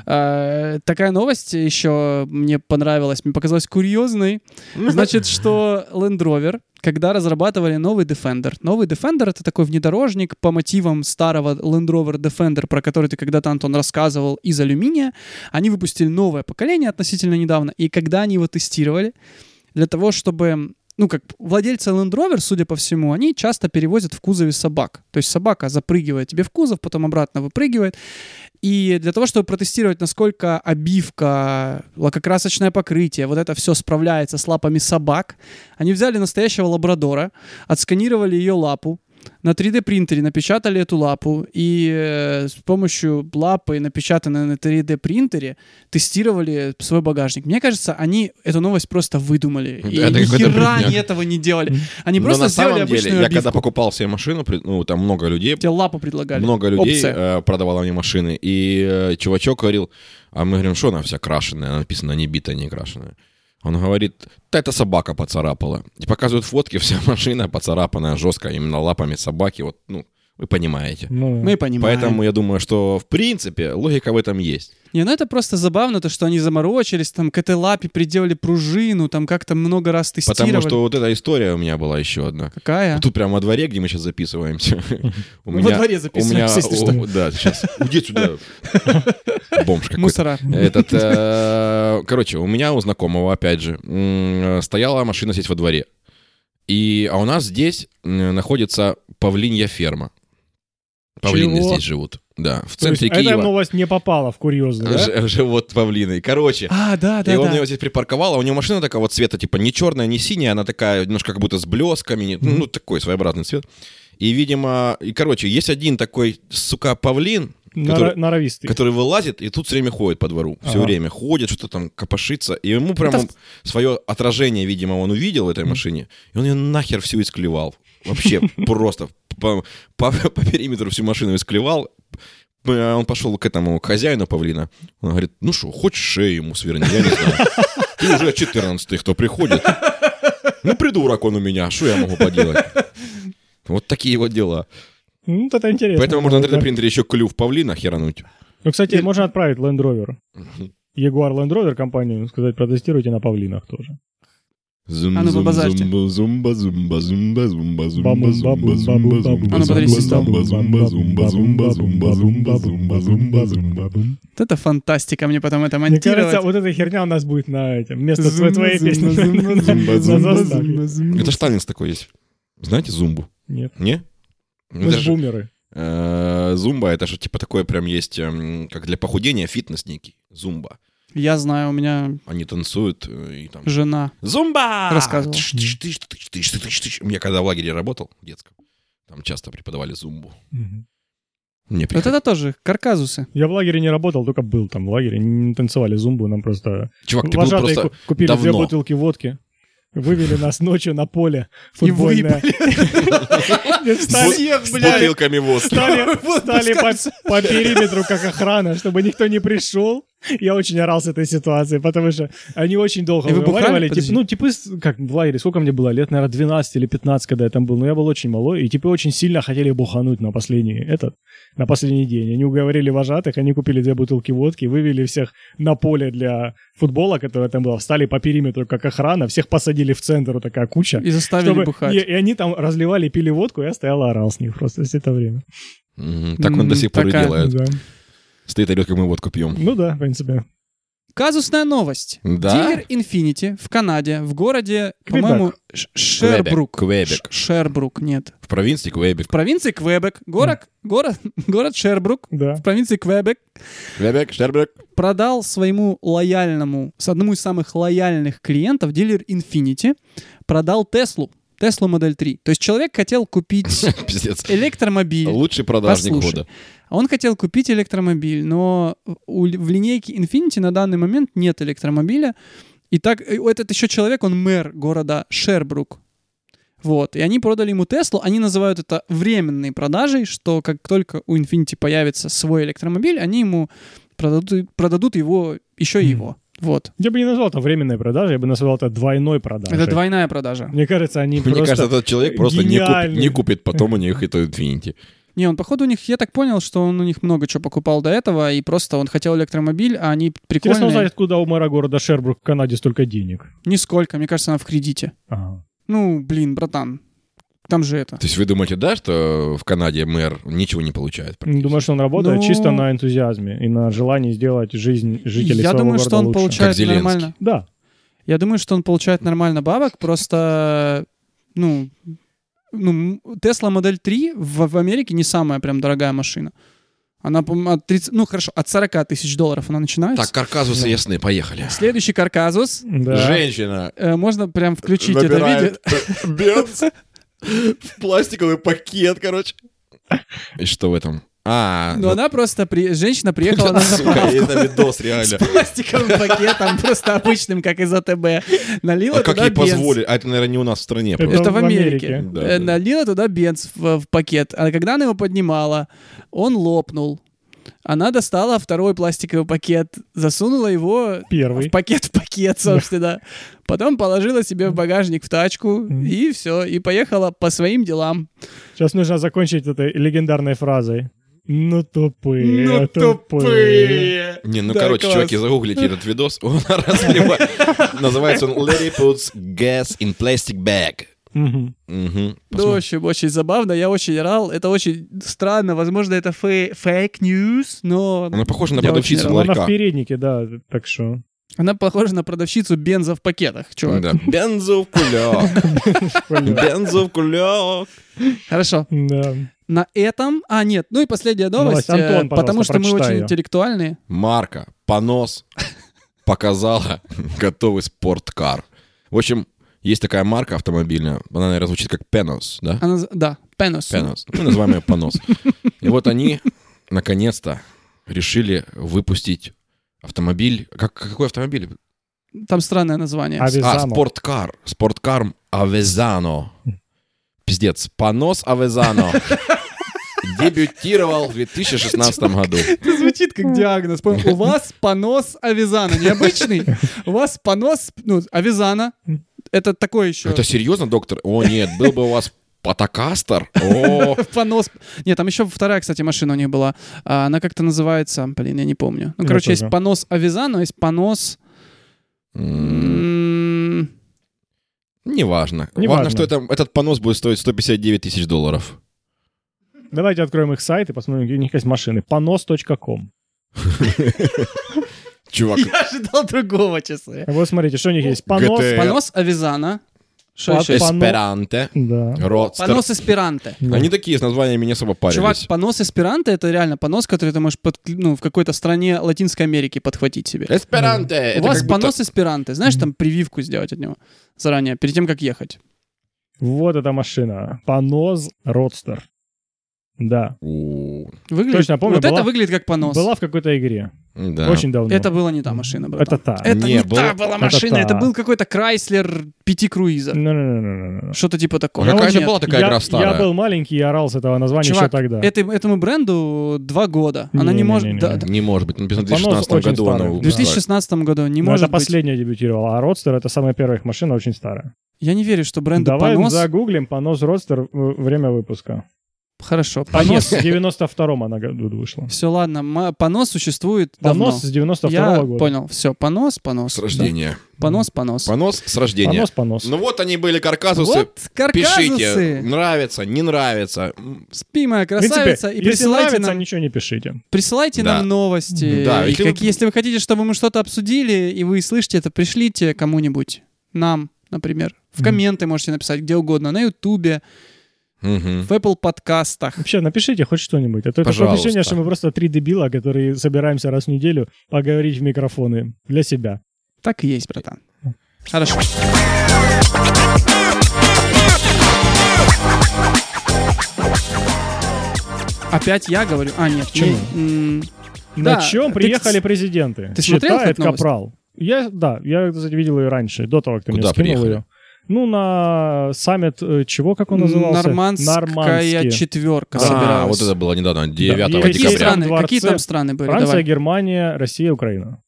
А, такая новость еще мне понравилась, мне показалась курьезной. Значит, что Land Rover, когда разрабатывали новый Defender, новый Defender это такой внедорожник по мотивам старого Land Rover Defender, про который ты когда-то, Антон, рассказывал, из алюминия, они выпустили новое поколение относительно недавно, и когда они его тестировали, для того, чтобы ну, как владельцы Land Rover, судя по всему, они часто перевозят в кузове собак. То есть собака запрыгивает тебе в кузов, потом обратно выпрыгивает. И для того, чтобы протестировать, насколько обивка, лакокрасочное покрытие, вот это все справляется с лапами собак, они взяли настоящего лабрадора, отсканировали ее лапу, на 3D принтере напечатали эту лапу и э, с помощью лапы, напечатанной на 3D принтере, тестировали свой багажник. Мне кажется, они эту новость просто выдумали.
Да,
И
это
ни
какой-то
хера
бредняк.
они этого не делали.
Мгм.
Они
Но
просто
Ну, на
сделали
самом
обычную
деле, я
обивку.
когда покупал себе машину, при- ну, там много людей,
Тебе лапу предлагали.
много людей
Опция.
э, продавало мне машины, и э, чувачок говорил, а мы говорим, что она вся крашеная, она написано не битая, не крашеная. Он говорит, да это собака поцарапала. И показывают фотки, вся машина поцарапанная жестко, именно лапами собаки, вот, ну, вы понимаете.
Ну,
Мы понимаем.
Поэтому я думаю, что в принципе логика в этом есть.
Не, ну это просто забавно, то, что они заморочились, там к этой лапе приделали пружину, там как-то много раз тестировали.
Потому что вот эта история у меня была еще одна.
Какая?
Тут прямо во дворе, где мы сейчас записываемся. У
Во
меня-
дворе
у меня,
записываемся, если
о,
что.
Да, сейчас. Уйди сюда. Бомж какой-то.
Мусора.
Этот, э, короче, у меня у знакомого, опять же, м, э, стояла машина здесь во дворе. И, а у нас здесь м, находится павлинья ферма. Павлины
Чего?
здесь живут. Да, в
то есть а
центре
эта
Киева.
новость не попала в курьезный, да?
Ж- Живут павлины. Короче,
А, да, да,
и он
да.
ее здесь припарковал, а у него машина такая вот цвета, типа, не черная, не синяя, она такая немножко как будто с блесками, не- ну, такой своеобразный цвет. И, видимо, и, короче, есть один такой, сука, павлин,
Нора-
который,
Норовистый.
который вылазит и тут все время ходит по двору. Все
Ага.
время ходит, что-то там копошится. И ему прямо
Это
свое отражение, видимо, он увидел в этой машине, и он ее нахер всю исклевал. Вообще просто по, по- по периметру всю машину исклевал. Э, Он пошел к этому к хозяину павлина. Он говорит, ну что, хоть шею ему сверни, я не знаю. Ты уже 14 кто приходит. Ну, придурок он у меня, что я могу поделать? Вот такие вот дела.
Ну, вот это интересно.
Поэтому можно на
Да.
3D-принтере еще клюв павлина херануть.
Ну, кстати, можно отправить Land Rover. Jaguar Land Rover компанию, ну, сказать, протестируйте на павлинах тоже.
Зум,
А ну,
зум,
побазарьте.
зумба, зумба, зумба, зумба, зумба, зумба,
Бабум,
зумба,
бабум,
зумба,
бабум, бабум.
зумба,
А ну,
зумба,
потряси
стол.
зумба, зумба, зумба, зумба, зумба, зумба, зумба, зумба.
Вот это фантастика, мне потом это
Мне
монтировать.
кажется, вот эта херня у нас будет на этом. Вместо
Зум,
твоей
зум,
песни.
зум,
на- на-
зум,
на
зум,
заставке.
Это штанец такой есть. Знаете зумбу?
Нет.
Не?
Ну,
Мы
Это
ж
же,
бумеры.
э, зумба, это же типа такое прям есть, эм, как для похудения фитнес некий. Зумба.
Я знаю, у меня
Они танцуют э, и там...
жена.
Зумба!
Рассказывала.
Тыш, тыш, тыш, тыш, тыш, тыш, тыш. У меня когда в лагере работал, в детском, там часто преподавали зумбу. Мне
Вот
приходилось.
это тоже карказусы.
Я в лагере не работал, только был там в лагере. Не танцевали зумбу, нам просто...
Чувак, ты был
Вожатые
просто...
ку- купили две
давно.
бутылки водки, вывели нас ночью на поле
И
футбольное. И встали-
Всех,
С бутылками водки.
Стали, стали по, по периметру, как охрана, чтобы никто не пришел. Я очень орал с этой ситуации, потому что они очень долго
И вы бухали?
выговаривали.
Подожди.
Типа, ну, типы, с- как в лагере, сколько мне было? Лет, наверное, 12 или 15, когда я там был. Но я был очень малой, и типы очень сильно хотели бухануть на последний этот, на последний день. Они уговорили вожатых, они купили две бутылки водки, вывели всех на поле для футбола, которое там было, встали по периметру, как охрана, всех посадили в центр, вот такая куча.
И заставили
Чтобы-
бухать.
И, и они там разливали, пили водку, я стоял и орал с них просто все это время.
Мгм, Так он до сих пор и
Такая-
делает.
Да.
Стоит орет, как мы водку пьем.
Ну да, в принципе.
Казусная новость.
Да?
Дилер Infinity в Канаде, в городе,
Квебек.
по-моему, Ш- Шербрук.
Квебек, Квебек.
Ш- Шербрук, нет.
В провинции Квебек.
В провинции Квебек, город, город, город Шербрук,
Да.
в провинции Квебек,
Квебек, Штербек.
продал своему лояльному, с одному из самых лояльных клиентов, дилер Infinity, продал Теслу, Теслу Модель 3. То есть человек хотел купить
Пиздец.
электромобиль.
Лучший продажник
Послушай.
года.
Он хотел купить электромобиль, но у, в линейке Infinity на данный момент нет электромобиля. И так, э, этот еще человек, он мэр города Шербрук. Вот, и они продали ему Теслу, они называют это временной продажей, что как только у Infinity появится свой электромобиль, они ему продадут, продадут его, еще и
Мгм.
его. Вот.
Я бы не назвал это временной продажей, я бы назвал это двойной продажей.
Это двойная продажа.
Мне кажется, они
Мне
просто...
кажется, этот человек просто не купит,
гениальный.
не купит потом у них это Infinity.
Не, он, походу, у них, я так понял, что он у них много чего покупал до этого, и просто он хотел электромобиль, а они
Интересно
прикольные.
узнать, откуда у мэра города Шербрук в Канаде столько денег. А,
Нисколько, мне кажется, она в кредите. Ну, блин, братан, там же это.
То есть вы думаете, да, что в Канаде мэр ничего не получает?
Не
практически?
Думаю, что он работает
Ну-
чисто на энтузиазме и на желании сделать жизнь жителей
Я
своего
думаю,
города
что он
лучше.
получает
Зеленский.
нормально.
Да.
Я думаю, что он получает нормально бабок, просто, ну, ну, Tesla Модель 3 в, в Америке не самая прям дорогая машина. Она, по-моему, от 30, ну хорошо, от 40 тысяч долларов она начинается.
Так, карказусы ясны, поехали.
Следующий карказус.
да.
Женщина
Э, можно прям включить это видео.
набирает э, бенз в пластиковый пакет, короче. И что в этом? А,
Но
ну,
она просто, при... женщина приехала на
сука, и это видос реально.
с пластиковым пакетом, просто обычным, как из АТБ. Налила
А как
туда
ей
бенз.
позволили? А это, наверное, не у нас в стране
Это
просто.
Это Ну, в
в
Америке.
Америке.
Да,
Э,
да.
Налила туда бенз в, в пакет. А когда она его поднимала, он лопнул. Она достала второй пластиковый пакет, засунула его
Первый.
в пакет в пакет, собственно. Потом положила себе в багажник в тачку,
Мгм.
и все, и поехала по своим делам.
Сейчас нужно закончить этой легендарной фразой. Ну тупые,
Ну
тупые.
тупые.
Не, ну
Да,
короче,
класс.
чуваки, загуглите этот видос, он разливает. Называется он Lady puts gas in plastic bag.
Мгм.
Мгм.
Ну, в общем, очень забавно, я очень орал. Это очень странно, возможно, это фейк-ньюс, но...
Она похожа на
Я
продавщицу
очень
Она в
ларька.
переднике, да, так что...
Она похожа на продавщицу бенза в пакетах, чувак.
Да. Бензокулек. Бензокулек.
Хорошо.
Да.
На этом... А, нет, ну и последняя новость,
Новость. Антон,
э, потому
пожалуйста,
что мы
прочитай
очень
её.
интеллектуальные.
Марка понос показала готовый спорткар. В общем, есть такая марка автомобильная, она, наверное, звучит как Пенос, да?
Она... з- Да, Пенос.
Пенос. Мы называем ее понос. И вот они, наконец-то, решили выпустить автомобиль. Как, какой автомобиль?
Там странное название.
А,
Авизано.
спорткар. Спорткар Авезано. Пиздец. Понос Авезано. Дебютировал в 2016 году.
Это звучит как диагноз. Понял? У вас понос Авизана. Необычный. У вас понос ну, Авизана. Это такое еще.
Это серьезно, доктор? О, нет, был бы у вас Патакастер? О,
Понос. Нет, там еще вторая, кстати, машина у них была. А, Она как-то называется, блин, я не помню. Ну,
Я
короче, есть
тоже.
понос Авизано, есть понос...
м,
м,
Неважно.
Неважно.
Важно, что это- этот понос будет стоить 159 тысяч долларов.
Давайте откроем их сайт и посмотрим, какие у них есть машины. Понос.ком.
Чувак,
Я ожидал другого, честно. говоря.
Вот смотрите, что у них есть. Понос.
GT. Э,
Понос Авизано. Что
Пон-
еще? есть?
Эсперанте,
Да.
Родстер.
Понос Эсперанте.
Да.
Они такие с названиями не особо
Чувак,
парились.
понос эсперанто — это реально понос, который ты можешь подкли- ну, в какой-то стране Латинской Америки подхватить себе.
Эсперанте!
У
это
вас
как будто-
понос эсперанто. Знаешь, там прививку сделать от него заранее, перед тем, как ехать.
Вот эта машина. Понос Родстер. Да.
У,
Выглядит...
Точно помню,
вот
была-
это выглядит как понос.
Была в какой-то игре.
Да.
Очень давно.
Это была не та машина, братан.
Это та.
Это не,
Не, был-
та была машина,
та.
это, был какой-то Крайслер 5 круиза.
Ну, Ну-ну-ну-ну-ну-ну.
Что-то типа такого.
А какая же
Нет,
была такая
я,
игра старая?
Я был маленький и орал с этого названия
Чувак,
еще тогда.
это- этому бренду два года. Она не,
Не-не-не-не-не.
может... да, да.
Не может быть. Ну, в
Понос
2016
очень
году
старый.
она
В
выпускалась.
2016 году не
Но
может
Ну, это
быть.
последняя дебютировала, а Родстер это самая первая их машина, очень старая.
Я не верю, что бренду
Давай
понос...
загуглим понос Родстер э, время выпуска.
Хорошо,
Понос
понос.
в 92-м она году вышла.
Все, ладно, м- понос существует давно.
Понос с 92-го
Я
года.
понял, все, понос, понос.
С рождения.
Да. Понос, понос.
Понос с рождения.
Понос, понос.
Ну вот они были каркасусы.
Вот каркасусы.
Пишите, нравится, не нравится. М,
Спи, моя
в принципе,
красавица, и
Ну, типа, если
присылайте
нравится,
нам,
ничего не пишите.
присылайте
Да.
нам новости.
Да, если
и если,
вы-
вы... если вы хотите, чтобы мы что-то обсудили, и вы слышите это, пришлите кому-нибудь, нам, например. В
Мгм.
комменты можете написать где угодно, на Ютубе,
мгм.
в Apple подкастах.
Вообще, напишите хоть что-нибудь. А то такое
Пожалуйста.
ощущение, что мы просто три дебила, которые собираемся раз в неделю поговорить в микрофоны для себя.
Так и есть, братан. Хорошо. Опять я говорю? А, нет.
Почему?
не- м, Да,
На чем
ты-
приехали президенты?
ты смотрел
Читает
эту новость?
Капрал. Я, да, я, кстати, видел ее раньше, до того, как ты
Куда
мне скинул
приехали?
ее. Ну, на саммит, э, чего, как он назывался?
Нормандская
Нормандский.
четверка
А,
собиралась.
вот это было недавно, 9
Да, и
Какие
декабря.
декабря.
страны?
Дворце.
Какие там страны были?
Франция,
Давай.
Германия, Россия, Украина.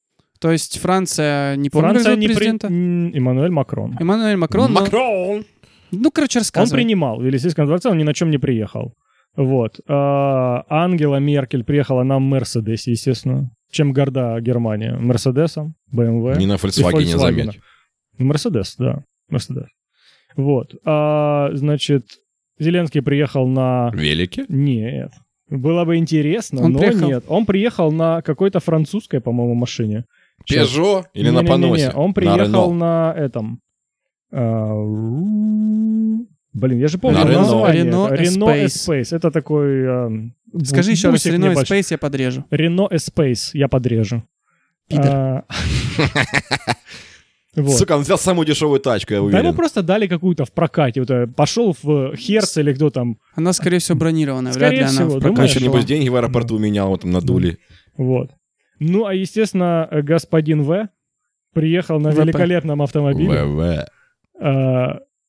То есть Франция не помню,
Франция
как
не
зовут
при-
президента.
М, Эммануэль Макрон.
Эммануэль Макрон. но-
Макрон!
Ну, короче,
Он
рассказывай.
принимал в Елисейском дворце, он ни на чем не приехал. Вот. А, Ангела Меркель приехала на Мерседесе, естественно. Чем горда Германия? Мерседесом, БМВ.
Не на Фольксвагене,
Volkswagen.
заметь.
Мерседес, да. Мерседес. Вот. А, значит, Зеленский приехал на...
Велики?
Нет. Было бы интересно,
Он
но
приехал-
нет. Он приехал на какой-то французской, по-моему, машине. Сейчас.
Пежо или на
Не-не-не-не,
поносе?
Он
На
приехал
Рено.
на, этом. а, ру- Блин, я же помню
На Рено.
название.
Рено
Это
Espace.
Espace. Это такой... эм,
Скажи еще раз,
бусик
Рено и
небольшой.
Спейс я подрежу.
Рено Espace. Я подрежу.
Пидор.
А, Вот.
Сука, он взял самую дешевую тачку, я
Да ему
уверен.
просто дали какую-то в прокате. Вот, э, пошел в Херц или кто там.
Она, скорее всего, бронированная. Вряд
Скорее
ли она
всего,
в прокате
думаешь?
Еще,
была.
небось, деньги в аэропорту менял, вот там надули.
Вот. Ну, а, естественно, э, господин В приехал на
ВП.
великолепном автомобиле
ВВ.
э,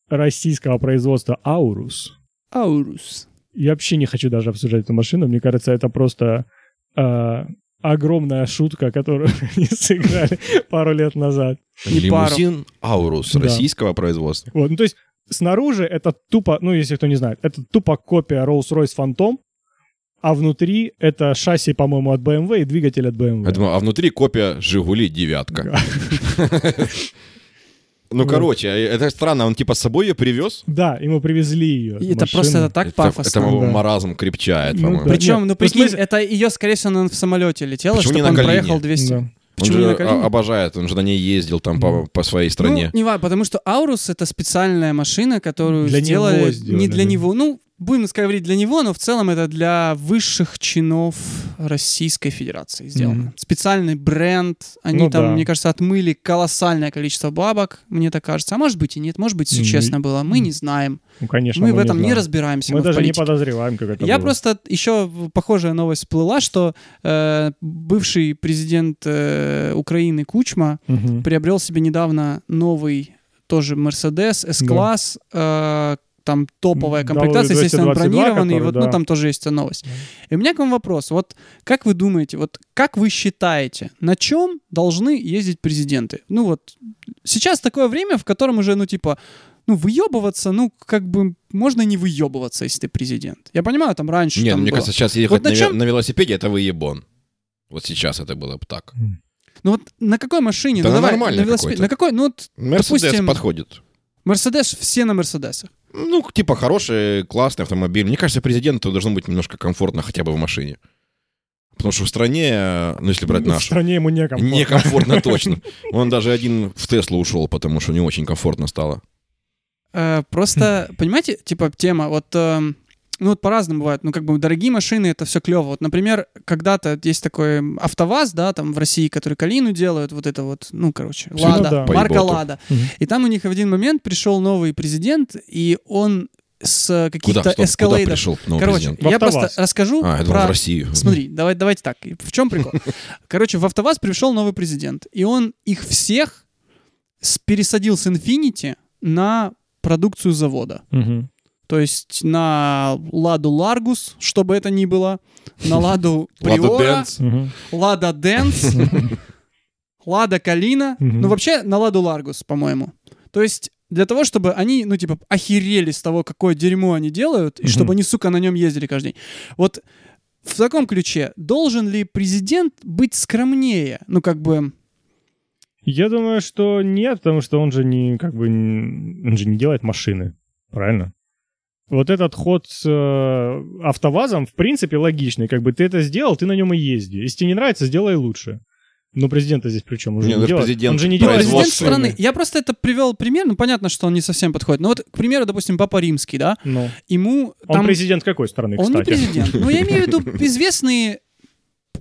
российского производства «Аурус».
Аурус.
Я вообще не хочу даже обсуждать эту машину. Мне кажется, это просто э, огромная шутка, которую они сыграли пару лет назад.
И пару.
Лимузин Аурус
Да.
российского производства.
Вот. Ну, то есть снаружи это тупо, ну, если кто не знает, это тупо копия Rolls-Royce Phantom, а внутри это шасси, по-моему, от BMW и двигатель от BMW.
Я думаю, а внутри копия Жигули девятка. Ну, короче, это странно, он типа с собой ее привез?
Да, ему привезли ее.
И Это просто это так
Это- Это
пафосно.
его
да.
маразм крепчает,
Ну
по-моему.
да.
Причем,
Нет,
ну
ну, в
прикинь,
смысле-
это ее, скорее всего, она в самолете летела,
Почему не
чтобы
на
он
Галине?
проехал 200.
Он
Почему не на
же
Калине?
а, обожает, он же на ней ездил там по, по своей стране.
Ну, не важно, потому что Аурус — это специальная машина, которую
Для
сделали...
него сделали,
Не для
да.
него, ну, будем сказать, говорить для него, но в целом это для высших чинов Российской Федерации сделано.
Мгм.
Специальный бренд, они
Ну
там,
да.
мне кажется, отмыли колоссальное количество бабок, мне так кажется. А может быть и нет, может быть, все
Ну и-
честно было, мы не знаем.
Ну, конечно,
мы в этом не
знаем.
разбираемся.
Мы
в
даже не
политике.
подозреваем, как это
Я
было.
просто еще похожая новость всплыла, что э, бывший президент э, Украины Кучма
Мгм.
приобрел себе недавно новый тоже Mercedes S-класс, э, там топовая
Да,
комплектация, естественно, он
222,
бронированный, и
который,
вот, ну,
да.
там тоже есть эта новость. И у меня к вам вопрос, вот как вы думаете, вот как вы считаете, на чем должны ездить президенты? Ну вот, сейчас такое время, в котором уже, ну типа, ну, выебываться, ну, как бы можно не выебываться, если ты президент. Я понимаю, там раньше
Не,
там
ну, мне
было.
кажется, сейчас ехать
Вот на
на, ве-
чем-
на велосипеде это выебон. Вот сейчас это было бы так.
Ну вот на какой машине?
Да
ну,
на
давай,
нормальной
на велосипед-
какой-то.
На какой? Ну вот
Мерседес
Допустим-
подходит.
Мерседес, все на Мерседесах.
Ну, типа хороший, классный автомобиль. Мне кажется, президенту должно быть немножко комфортно хотя бы в машине. Потому что в стране, э, ну если брать
В
нашу,
стране ему некомфортно.
некомфортно точно. Он даже один в Теслу ушел, потому что не очень комфортно стало.
Э,
Хм.
Просто, понимаете, типа тема, вот, эм, ну вот по-разному бывает, ну как бы дорогие машины, это все клево. Вот, например, когда-то есть такой м, АвтоВАЗ, да, там в России, который Калину делают, вот это вот, ну короче,
Всё
Лада,
это
марка
поеботу.
Лада.
Мгм.
И там у них в один момент пришел новый президент, и он с
Куда,
э, каких-то
стоп, куда
эскалейдов...
пришел новый
Короче,
президент?
В
я
«АвтоВАЗ».
просто расскажу
А, я думал, в
про
Россию.
Смотри, давай, давайте так. И В чем прикол? Короче, в АвтоВАЗ пришел новый президент, и он их всех с- пересадил с Infinity на продукцию завода.
Мгм.
То есть на Ладу Ларгус, что бы это ни было, на Ладу
Ладно,
Приора,
Дэнс.
Мгм.
Лада Дэнс, Лада Калина,
Мгм.
ну вообще на Ладу Ларгус, по-моему. То есть для того, чтобы они, ну типа, охерели с того, какое дерьмо они делают, и
Мгм.
чтобы они, сука, на нем ездили каждый день. Вот в таком ключе должен ли президент быть скромнее? Ну как бы...
Я думаю, что нет, потому что он же не как бы не- он же не делает машины, правильно? Вот этот ход с э, автовазом, в принципе, логичный. Как бы ты это сделал, ты на нем и езди. Если тебе не нравится, сделай лучше. Но президента здесь при чем? Он же
Не,
не,
ну это
делает-
президент
он же не
Ну,
делает
президент
производственный.
страны. Я просто это привел пример, ну понятно, что он не совсем подходит. Но вот, к примеру, допустим, Папа Римский, да,
Ну,
ему...
Он
там...
президент какой страны,
Он не
кстати?
президент. Ну, я имею в виду известные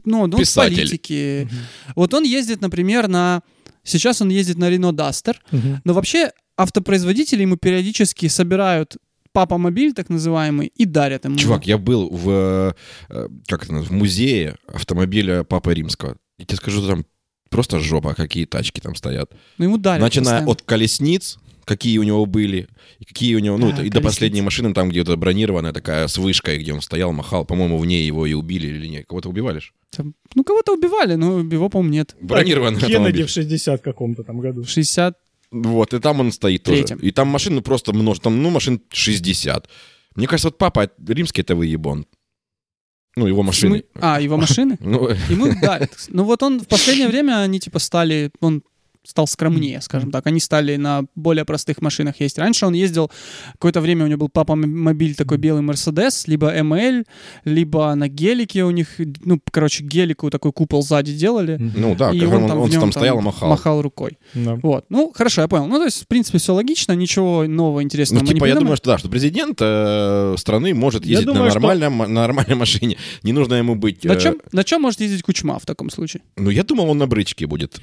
ну, ну,
Писатель.
политики. Вот он ездит, например, на... Сейчас он ездит на Рено Дастер.
Мгм.
Но вообще автопроизводители ему периодически собирают папа-мобиль, так называемый, и дарят ему.
Чувак, я был в, э, как это, называется, в музее автомобиля Папы Римского. И тебе скажу, там просто жопа, какие тачки там стоят.
Ну, ему дарят.
Начиная
постоянно.
от колесниц, какие у него были, и какие у него, ну,
Да,
это- и до
А, колесницы.
последней машины, там где-то бронированная такая с вышкой, где он стоял, махал. По-моему, в ней его и убили или нет. Кого-то убивали ж?
Там, Ну, кого-то убивали, но его, по-моему, нет.
Бронированный
Кеннеди
автомобиль.
в 60 каком-то там году.
В 60...
Вот, и там он стоит
Третьем.
тоже. И там машин ну, просто множество, там, ну, машин 60. Мне кажется, вот папа римский это выебон. Ну, его машины.
Мы- А, его машины?
Ну,
Ему дарят. Ну, вот он в последнее время, они, типа, стали... Он стал скромнее, скажем так. Они стали на более простых машинах есть. Раньше он ездил, какое-то время у него был папа-мобиль такой белый Мерседес, либо МЛ, либо на гелике у них, ну, короче, гелику такой купол сзади делали.
Ну да,
И
как он, он
в
там
нем
стоял и махал.
махал рукой.
Да.
Вот. Ну, хорошо, я понял. Ну, то есть, в принципе, все логично, ничего нового
Ну,
интересного мы не
типа, я
придумали.
думаю, что да, что президент э, страны может
Я
ездить
думаю,
на,
что-
нормальном, на нормальной машине. Не нужно ему быть... э,
На чем, на чем может ездить Кучма в таком случае?
Ну, я думал, он на брычке будет.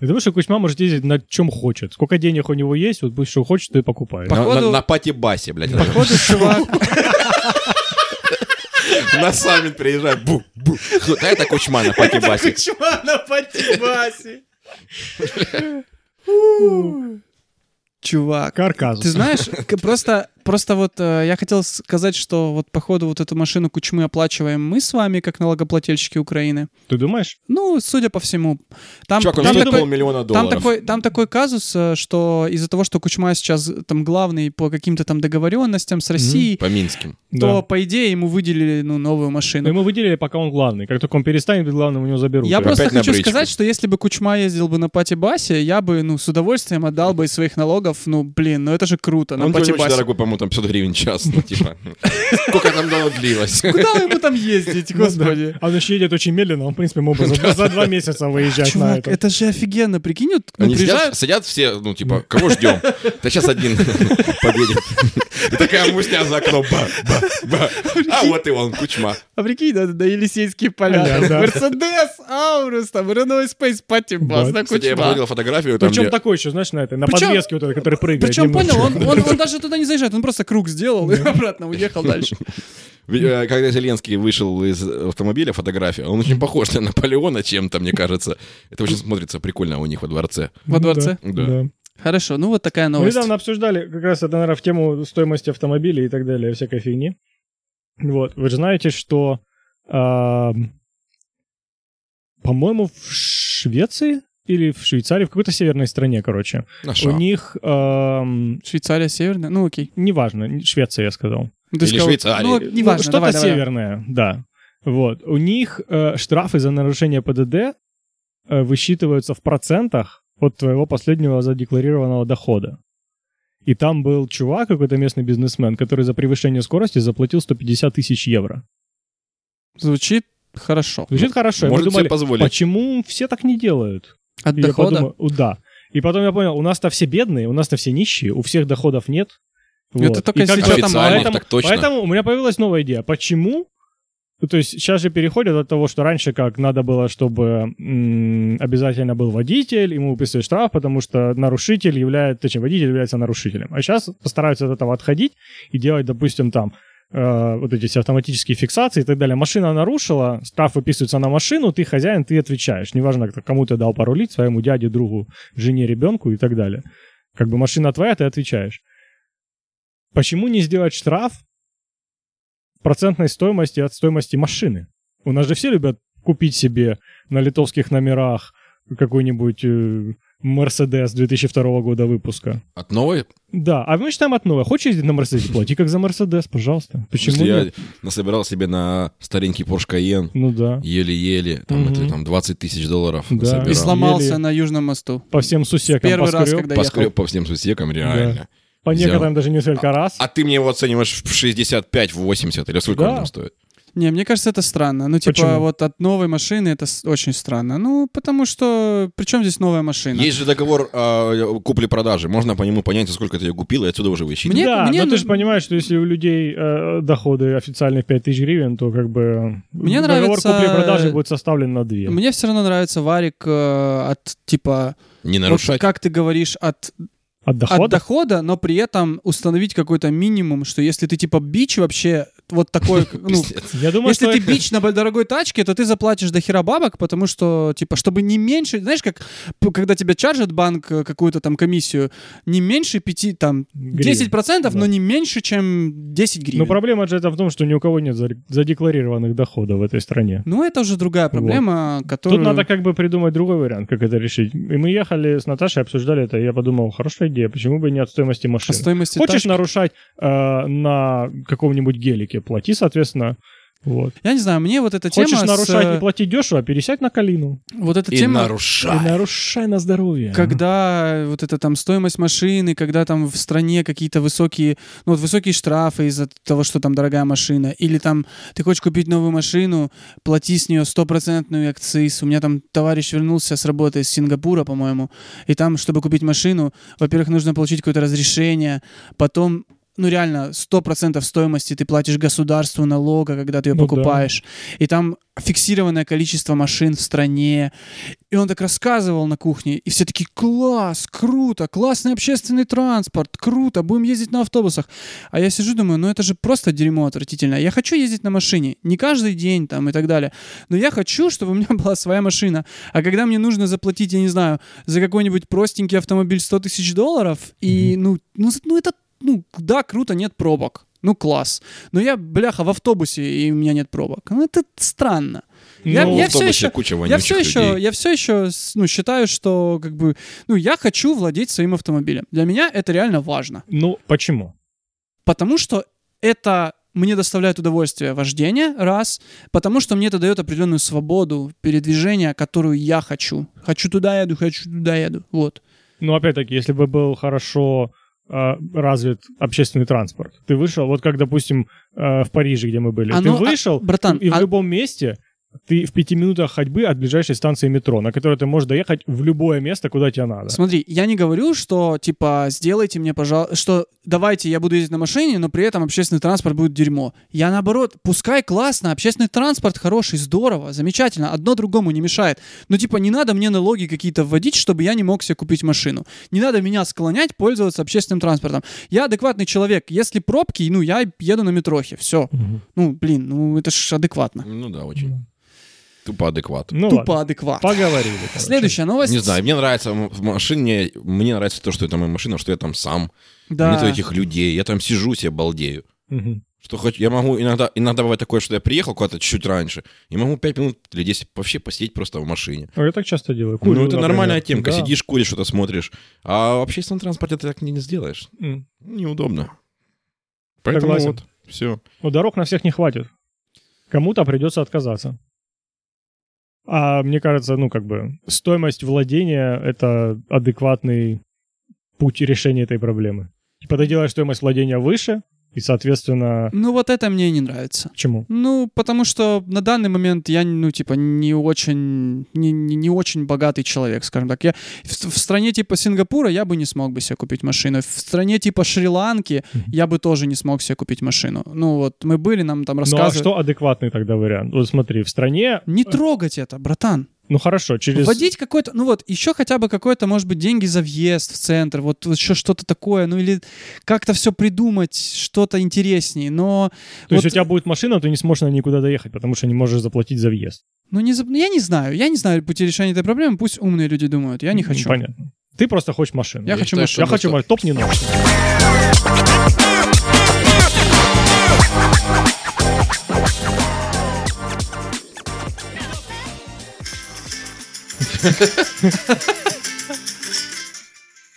Ты думаешь, что Кузьма может ездить на чем хочет? Сколько денег у него есть, вот пусть что хочет, то и покупает.
На-
Походу-
На, на пати-басе, блядь.
Походу, чувак...
На саммит приезжает. Бу, бу. Да, это Кучма на пати-басе.
Кучма на Патибасе.
Чувак.
Каркас.
Ты знаешь, к- просто, просто вот э, я хотел сказать, что вот походу вот эту машину Кучмы оплачиваем мы с вами, как налогоплательщики Украины.
Ты думаешь?
Ну, судя по всему. Там,
Чувак, он
там
стоит
такой-
полмиллиона
там
долларов.
такой, там такой казус, э, что из-за того, что Кучма сейчас э, там главный по каким-то там договоренностям с Россией,
По Минским.
то,
Да.
по идее, ему выделили ну, новую
Но
машину.
ему выделили, пока он главный. Как только он перестанет быть главным, у него заберут.
Я
его.
просто
Опять на
хочу
брычку.
сказать, что если бы Кучма ездил бы на пати-басе, я бы, ну, с удовольствием отдал бы из своих налогов, ну, блин, ну это же круто, на
Он тоже очень
пати-басе.
дорогой, по-моему, там 500 гривен час. Ну, типа. Ну, Сколько там давно длилось?
Куда ему там ездить,
Ну
господи?
А Он еще едет очень медленно, он, в принципе, мог бы за, за два месяца выезжать на
Чувак,
это.
это же офигенно, прикинь, вот, ну,
Они сидят,
приезжают,
сидят все, ну, типа, кого ждем? Да сейчас один победит. И такая мусня за окном. Ба, ба, ба. А вот и он, Кучма.
а прикинь, да, да, Елисейские поля,
Поля, да.
Мерседес, Аурус, там, Рено Спейс, Пати Бас,
Вот.
да,
Кстати, я
Кучма.
проводил фотографию, там,
Причем
где...
такой еще, знаешь, на этой, на
Причем-
подвеске вот этой, который прыгает.
Причем,
немножко.
понял, он, он- он даже туда не заезжает, он просто круг сделал и обратно уехал дальше.
ви- э, Когда Зеленский вышел из автомобиля, фотография, он очень похож на Наполеона чем-то, мне кажется. Это очень смотрится прикольно у них во дворце.
Во дворце.
Да,
Да.
да.
Хорошо, ну вот такая
Мы
новость.
недавно обсуждали как раз это, наверное, в тему стоимости автомобилей и так далее, всякой фигни. Вот, вы же знаете, что, а, по-моему, в Швеции или в Швейцарии, в какой-то северной стране, короче.
Наша.
У них, эм,
Швейцария северная? Ну, окей.
неважно, не- Швеция, я сказал.
Ну,
Или Швейцария.
Ну,
Ну,
неважно,
Что-то
давай, давай.
северное, да. Вот. У них э, штрафы за нарушение ПДД э, высчитываются в процентах от твоего последнего задекларированного дохода. И там был чувак, какой-то местный бизнесмен, который за превышение скорости заплатил 150 тысяч евро.
Звучит хорошо.
Звучит хорошо. И мы
Может
думали,
себе позволить.
почему все так не делают?
От
И я
дохода?
подумал, «О, да. И потом я понял, у нас-то все бедные, у нас-то все нищие, у всех доходов нет.
Это
Ну, Вот.
только
И как
если
бы
чё там
Официальных
поэтому,
так точно.
поэтому у меня появилась новая идея. Почему? Ну, То есть сейчас же переходят от того, что раньше как надо было, чтобы м, обязательно был водитель, ему выписывают штраф, потому что нарушитель является, точнее, водитель является нарушителем. А сейчас постараются от этого отходить и делать, допустим, там э, вот эти все автоматические фиксации и так далее. Машина нарушила, штраф выписывается на машину, ты хозяин, ты отвечаешь. Неважно, кто- кому ты дал пару лиц, своему дяде, другу, жене, ребенку и так далее. Как бы машина твоя, ты отвечаешь. Почему не сделать штраф процентной стоимости от стоимости машины? У нас же все любят купить себе на литовских номерах какой-нибудь э, Мерседес 2002 года выпуска.
От новой?
Да, а мы считаем от нового. Хочешь ездить на Мерседесе? Плати как за Мерседес, пожалуйста. Почему
Я
нет?
насобирал себе на старенький Porsche Cayenne.
Ну да.
Еле-еле, там,
Мгм.
это, там 20 тысяч долларов
Да.
насобирал.
И сломался
Еле.
на Южном мосту.
По всем сусекам
Первый раз,
поскрёб.
когда
Поскреб
ехал.
по всем сусекам, реально.
По
взял.
некоторым даже несколько раз.
А ты мне его оцениваешь в 65, в 80, или сколько он
Да.
там стоит?
Не, мне кажется, это странно. Ну, типа,
Почему?
вот от новой машины это с- очень странно. Ну, потому что... Причем здесь новая машина?
Есть же договор э, купли-продажи, можно по нему понять, за сколько ты ее купил, и отсюда уже высчитывать.
Мне-
да,
мне
но
ну-
ты же понимаешь, что если у людей э, доходы официальных 5000 гривен, то как бы
Мне
договор
нравится-
купли-продажи будет составлен на 2.
Мне все равно нравится варик э, от, типа...
Не
вот
нарушать.
как ты говоришь, от
От
от
дохода?
дохода, но при этом установить какой-то минимум, что если ты типа бич вообще вот такой, ну,
Пиздец.
Я думаю,
если
что
ты бич на дорогой тачке, то ты заплатишь до хера бабок, потому что, типа, чтобы не меньше, знаешь, как п- когда тебя чаржит банк э, какую-то там комиссию, не меньше 5, там, 10%, процентов,
да. Ну,
но не меньше, чем 10
Но
гривен.
проблема же это в том, что ни у кого нет заре- задекларированных доходов в этой стране.
Ну, это уже другая проблема, которую...
Тут надо как бы придумать другой вариант, как это решить. И мы ехали с Наташей, обсуждали это, и я подумал, хорошая идея, почему бы не от стоимости
о
машины?
стоимости
Хочешь
тачки.
нарушать э, на каком-нибудь гелике, плати, соответственно. Вот.
Я не знаю, мне вот эта
Хочешь
тема... с,
нарушать,
э,
не плати дешево, а пересядь на калину.
Вот эта
И
тема...
нарушать.
И нарушай на здоровье.
Когда вот это там стоимость машины, когда там в стране какие-то высокие, ну вот высокие штрафы из-за того, что там дорогая машина, или там ты хочешь купить новую машину, плати с нее стопроцентную акциз. У меня там товарищ вернулся с работы из Сингапура, по-моему, и там, чтобы купить машину, во-первых, нужно получить какое-то разрешение, потом ну реально, 100% стоимости ты платишь государству налога, когда ты ее
Ну да.
покупаешь. И там фиксированное количество машин в стране. И он так рассказывал на кухне. И все такие, класс, круто, классный общественный транспорт, круто, будем ездить на автобусах. А я сижу, думаю, ну это же просто дерьмо отвратительно. Я хочу ездить на машине, не каждый день там и так далее. Но я хочу, чтобы у меня была своя машина. А когда мне нужно заплатить, я не знаю, за какой-нибудь простенький автомобиль 100 тысяч долларов, и ну, ну, с- ну это, ну да, круто, нет пробок. Ну класс. Но я, бляха, в автобусе, и у меня нет пробок. Ну это странно. Я-
Ну,
я
в
всё
автобусе
ещё-
куча
Я
вонючих
все еще,
людей.
я все еще, ну, считаю, что как бы, ну, я хочу владеть своим автомобилем. Для меня это реально важно,
Ну, почему?
потому что это мне доставляет удовольствие вождение, раз, потому что мне это дает определенную свободу передвижения, которую я хочу. Хочу туда еду, хочу туда еду, вот.
Ну, опять-таки, если бы был хорошо э, развит общественный транспорт. Ты вышел, вот как, допустим, э, в Париже, где мы были.
А
ты
ну, а,
вышел,
братан,
и в
а-
любом месте ты в пяти минутах ходьбы от ближайшей станции метро, на которой ты можешь доехать в любое место, куда тебе надо.
Смотри, я не говорю, что типа сделайте мне, пожалуйста, что давайте я буду ездить на машине, но при этом общественный транспорт будет дерьмо. Я наоборот, пускай классно, общественный транспорт хороший, здорово, замечательно, одно другому не мешает. Но типа не надо мне налоги какие-то вводить, чтобы я не мог себе купить машину. Не надо меня склонять пользоваться общественным транспортом. Я адекватный человек. Если пробки, ну я еду на метрохе, все.
Мгм.
Ну блин, ну это ж адекватно.
Ну да, очень. Тупо адекват.
Ну,
Тупо
ладно,
адекватно.
поговорили. короче.
Следующая новость.
Не знаю, мне нравится м- в машине, мне нравится то, что это моя машина, что я там сам,
Да.
нету этих людей, я там сижу себе балдею.
Мгм.
Что хочу, я могу иногда, иногда бывает такое, что я приехал куда-то чуть раньше, и могу 5 минут или 10 вообще посидеть просто в машине.
Ну, Я так часто делаю. Курю,
ну, это
например.
нормальная темка.
Да.
Сидишь, куришь, что-то смотришь. А в общественном транспорте ты так не, не сделаешь.
М.
Неудобно. Поэтому
Согласен.
вот, все.
Ну, дорог на всех не хватит. Кому-то придется отказаться. А мне кажется, ну, как бы, стоимость владения — это адекватный путь решения этой проблемы. Типа ты делаешь стоимость владения выше, и, соответственно,
Ну вот это мне не нравится.
чему?
Ну, потому что на данный момент я, ну, типа, не очень, не, не, не очень богатый человек, скажем так. Я в, в стране типа Сингапура я бы не смог бы себе купить машину. В стране типа Шри-Ланки
Мгм.
я бы тоже не смог себе купить машину. Ну вот, мы были, нам там
Ну, а
рассказывали.
что адекватный тогда вариант? Вот смотри, в стране...
Не трогать это, братан.
Ну, хорошо, через...
Вводить какой-то, ну вот, еще хотя бы какой-то, может быть, деньги за въезд в центр, вот, вот еще что-то такое, ну или как-то все придумать, что-то интереснее, но...
То есть
вот-
у тебя будет машина, ты не сможешь на ней никуда доехать, потому что не можешь заплатить за въезд.
Ну, не, зап- я не знаю, я не знаю пути решения этой проблемы, пусть умные люди думают, я не
М,
хочу.
Ну, Понятно. Ты просто хочешь машину.
Я
Я
хочу
считаю,
машину.
Я хочу машину. Топ не надо.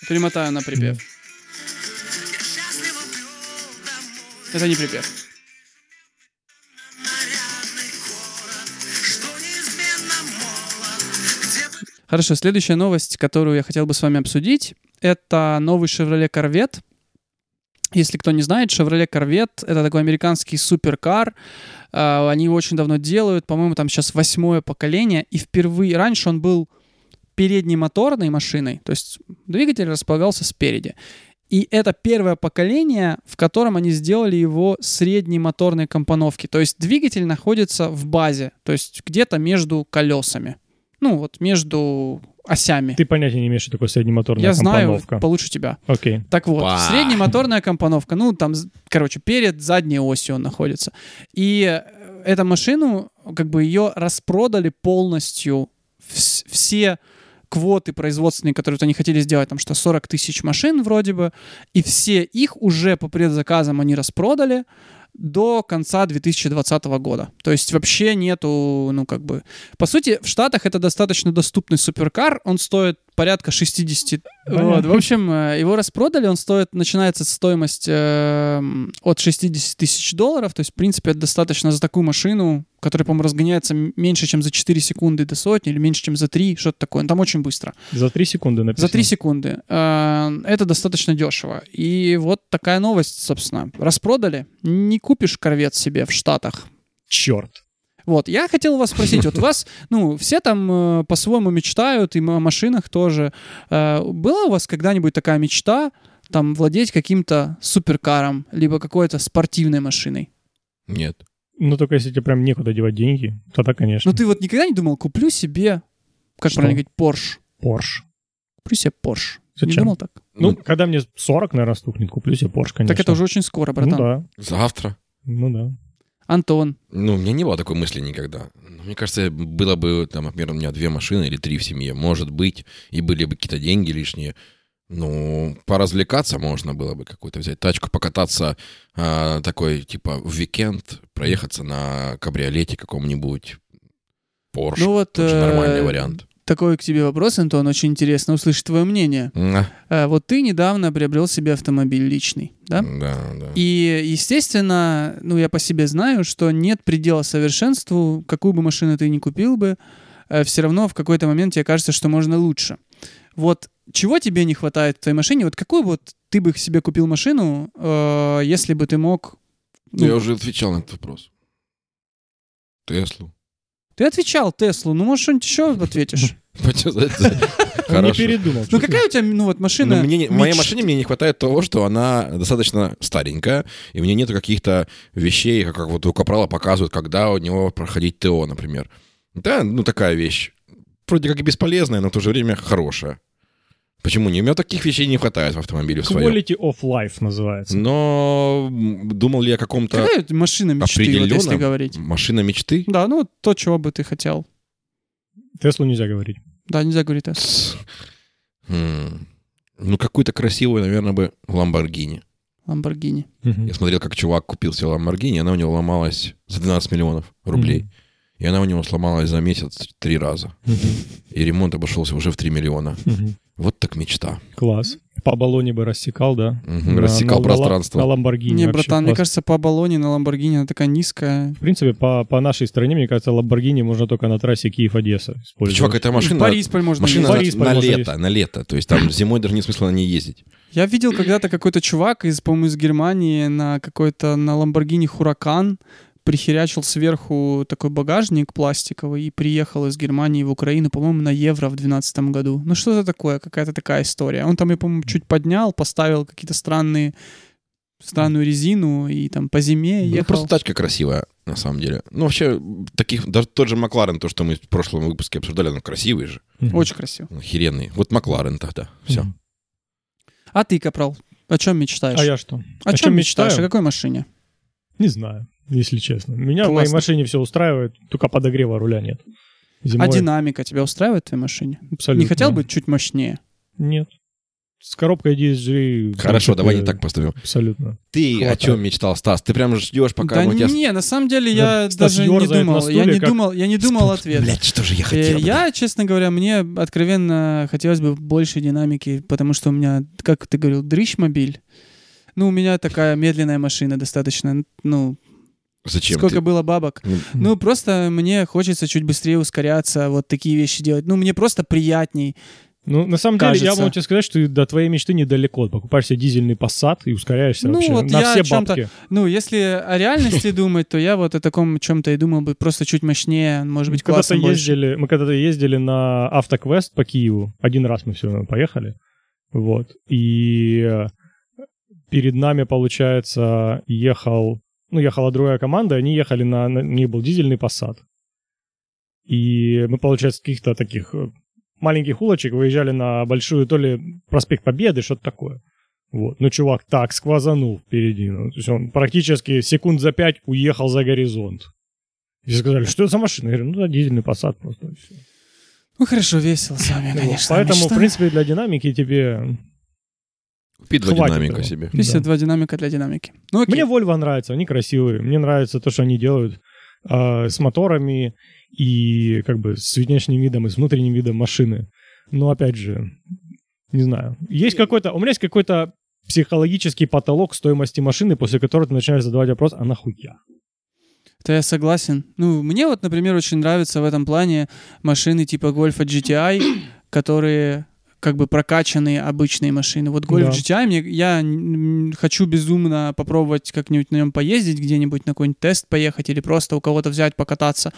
Перемотаю на припев. Это не припев. Хорошо, следующая новость, которую я хотел бы с вами обсудить, это новый Chevrolet Corvette. Если кто не знает, Chevrolet Corvette — это такой американский суперкар. Э, Они его очень давно делают. По-моему, там сейчас восьмое поколение. И впервые... Раньше он был переднемоторной машиной, то есть двигатель располагался спереди. И это первое поколение, в котором они сделали его средней моторной компоновки. То есть двигатель находится в базе, то есть где-то между колесами. Ну, вот между осями.
Ты понятия не имеешь, что такое среднемоторная
Я знаю
компоновка.
получше тебя.
Окей.
Так вот,
Ба.
среднемоторная компоновка, ну, там, з- короче, перед задней осью он находится. И э, эту машину, как бы ее распродали полностью. Вс- все квоты производственные, которые вот они хотели сделать, там что 40 тысяч машин вроде бы, и все их уже по предзаказам они распродали до конца 2020 года. То есть вообще нету, ну как бы... По сути, в Штатах это достаточно доступный суперкар, он стоит порядка 60...
Понятно.
Вот, в общем, э, его распродали, он стоит, начинается стоимость эм, от 60 тысяч долларов, то есть, в принципе, это достаточно за такую машину, которая, по-моему, разгоняется м- меньше, чем за 4 секунды до сотни, или меньше, чем за 3, что-то такое, Ну, там очень быстро.
За три секунды написано.
За 3 секунды. Э, Это достаточно дешево. И вот такая новость, собственно. Распродали. Не купишь корвет себе в Штатах.
Черт.
Вот, я хотел вас спросить, вот вас, ну, все там э, по-своему мечтают, и м- о машинах тоже. Э, была у вас когда-нибудь такая мечта, там, владеть каким-то суперкаром, либо какой-то спортивной машиной?
Нет.
Ну, только если тебе прям некуда девать деньги, тогда, конечно.
Но Ну, ты вот никогда не думал, куплю себе, как
Что?
правильно говорить, Porsche?
Порш.
Куплю себе Porsche. Не
Зачем?
думал так?
Ну,
Ну,
когда мне 40, наверное, стукнет, куплю себе Порш, конечно.
Так это уже очень скоро, братан.
Ну да,
завтра.
ну да.
Антон,
Ну, у меня не было такой мысли никогда. Но Мне кажется, было бы, там, например, у меня две машины или три в семье, может быть, и были бы какие-то деньги лишние. Ну, поразвлекаться можно было бы какую-то взять тачку, покататься а, такой, типа, в уикенд, проехаться на кабриолете каком-нибудь, Порш.
Ну вот
тоже
э,
нормальный вариант.
Такой к тебе вопрос, Антон, очень интересно услышать твое мнение.
Да,
Э, Вот ты недавно приобрел себе автомобиль личный, да?
да. да.
И, естественно, ну я по себе знаю, что нет предела совершенству, какую бы машину ты ни купил бы, все равно в какой-то момент тебе кажется, что можно лучше. Вот чего тебе не хватает в твоей машине? Вот какую бы вот ты бы себе купил машину, э, если бы ты мог... ну,
Я уже отвечал на этот вопрос. Теслу.
Ты отвечал Теслу, ну может что-нибудь еще ответишь?
Почему за это?
Он не
Хорошо.
передумал.
Ну какая у тебя, ну вот машина...
Ну, мне не- в моей
мечты?
машине мне не хватает того, что она достаточно старенькая, и мне нету каких-то вещей, как, как вот у Капрала показывают, когда у него проходить ТО, например. Да, ну такая вещь. Вроде как и бесполезная, но в то же время хорошая. Почему не? У меня таких вещей не хватает в автомобиле в своем.
Quality of life называется.
Но м, думал ли я о каком-то
Какая машина мечты, вот если
определенном
говорить?
машина мечты?
Да, ну вот то, чего бы ты хотел.
Теслу нельзя говорить.
Да, нельзя говорить это.
Хм. М, Ну, какую-то красивую, наверное, бы Ламборгини.
Ламборгини.
Я смотрел, как чувак купил себе Lamborghini, она у него ломалась за 12 миллионов рублей. И она у него сломалась за месяц три раза. И ремонт обошелся уже в 3 миллиона. Вот так мечта.
Класс. По баллоне бы рассекал, да?
Мгм,
На-
рассекал
на-
пространство.
На Ламборгини.
Не,
вообще
братан, мне
класс.
кажется, по баллоне на Ламборгини она такая низкая.
В принципе, по, по нашей стране, мне кажется, Ламборгини можно только на трассе Киев-Одесса использовать.
Чувак, эта
В
машина...
Борисполь можно
Машина
в
на,
ездить.
ну, Борис
на
можно
лето,
ездить.
на лето. То есть там зимой даже не смысла на ней ездить.
Я видел когда-то какой-то чувак из, по-моему, из Германии на какой-то на Ламборгини Хуракан прихерячил сверху такой багажник пластиковый и приехал из Германии в Украину, по-моему, на евро в 2012 году. Ну что это такое? Какая-то такая история. Он там, я, по-моему, чуть поднял, поставил какие-то странные странную резину и там по зиме
Ну,
ехал.
просто тачка красивая, на самом деле. Ну, вообще, таких, даже тот же Макларен, то, что мы в прошлом выпуске обсуждали, он красивый же,
Мгм.
Очень красиво.
он охеренный. Вот Макларен тогда, все.
Мгм.
А ты, Капрал, о чем мечтаешь?
А я что?
О, чем, мечтаешь? О какой машине?
Не знаю, если честно. Меня в моей
Классно.
машине все устраивает, только подогрева руля нет. Зимой
А динамика тебя устраивает в твоей машине?
абсолютно.
Не хотел бы чуть мощнее?
Нет. С коробкой DSG... в
Хорошо,
принципе,
давай не так поставим.
э, Абсолютно.
Ты о
Хватает.
чем мечтал, Стас? Ты прям ждешь, пока
да
оно у тебя... с-
не, на самом деле
Да,
я
Стас
даже не
ёрзает на
думал, я
стуле,
не
как-
думал, я не думал ответ.
Блядь, что же я
Э,
хотел?
Я, честно говоря, мне откровенно хотелось бы больше динамики, потому что у меня, как ты говорил, дрыщ-мобиль. Ну, у меня такая медленная машина достаточно, ну,
Зачем
сколько
ты?
было бабок.
Ну,
Ну, просто мне хочется чуть быстрее ускоряться, вот такие вещи делать. Ну, мне просто приятней.
Ну, на самом деле, я
Кажется.
могу тебе сказать, что до твоей мечты недалеко. Покупаешь себе дизельный Passat и ускоряешься
Ну,
вообще
вот
на
я о
все
чём-то-
бабки.
Ну, если о реальности думать, то я вот о таком чем-то и думал бы просто чуть мощнее, может быть,
Мы Ну, когда-то
классом больше.
ездили, мы когда-то ездили на автоквест по Киеву. Один раз мы все поехали. Вот. И э, перед нами, получается, ехал... Ну, ехала другая команда, и они ехали на... на- У них был дизельный Passat. И мы, получается, с каких-то таких э, маленьких улочек выезжали на большую, то ли проспект Победы, что-то такое. Вот. Ну, чувак так сквозанул впереди. Ну, то есть он практически секунд за пять уехал за горизонт. И все сказали, что это за машина? Я говорю, ну, да, дизельный посад просто. и всё».
Ну, хорошо, весело с вами,
Вот.
конечно.
Поэтому,
мечта.
в принципе, для динамики тебе
Купи два
хватит
динамика
его.
себе.
Да.
52 динамика для динамики. Ну, окей.
Мне Volvo нравится, они красивые. Мне нравится то, что они делают а, с моторами и как бы с внешним видом и с внутренним видом машины. Но опять же, не знаю. Есть какой-то, у меня есть какой-то психологический потолок стоимости машины, после которого ты начинаешь задавать вопрос, а нахуй я?
Да, я согласен. Ну, мне вот, например, очень нравятся в этом плане машины типа Гольфа GTI, которые как бы прокачанные обычные машины. Вот Гольф
Да.
GTI, мне, я м, хочу безумно попробовать как-нибудь на нем поездить, где-нибудь на какой-нибудь тест поехать или просто у кого-то взять, покататься.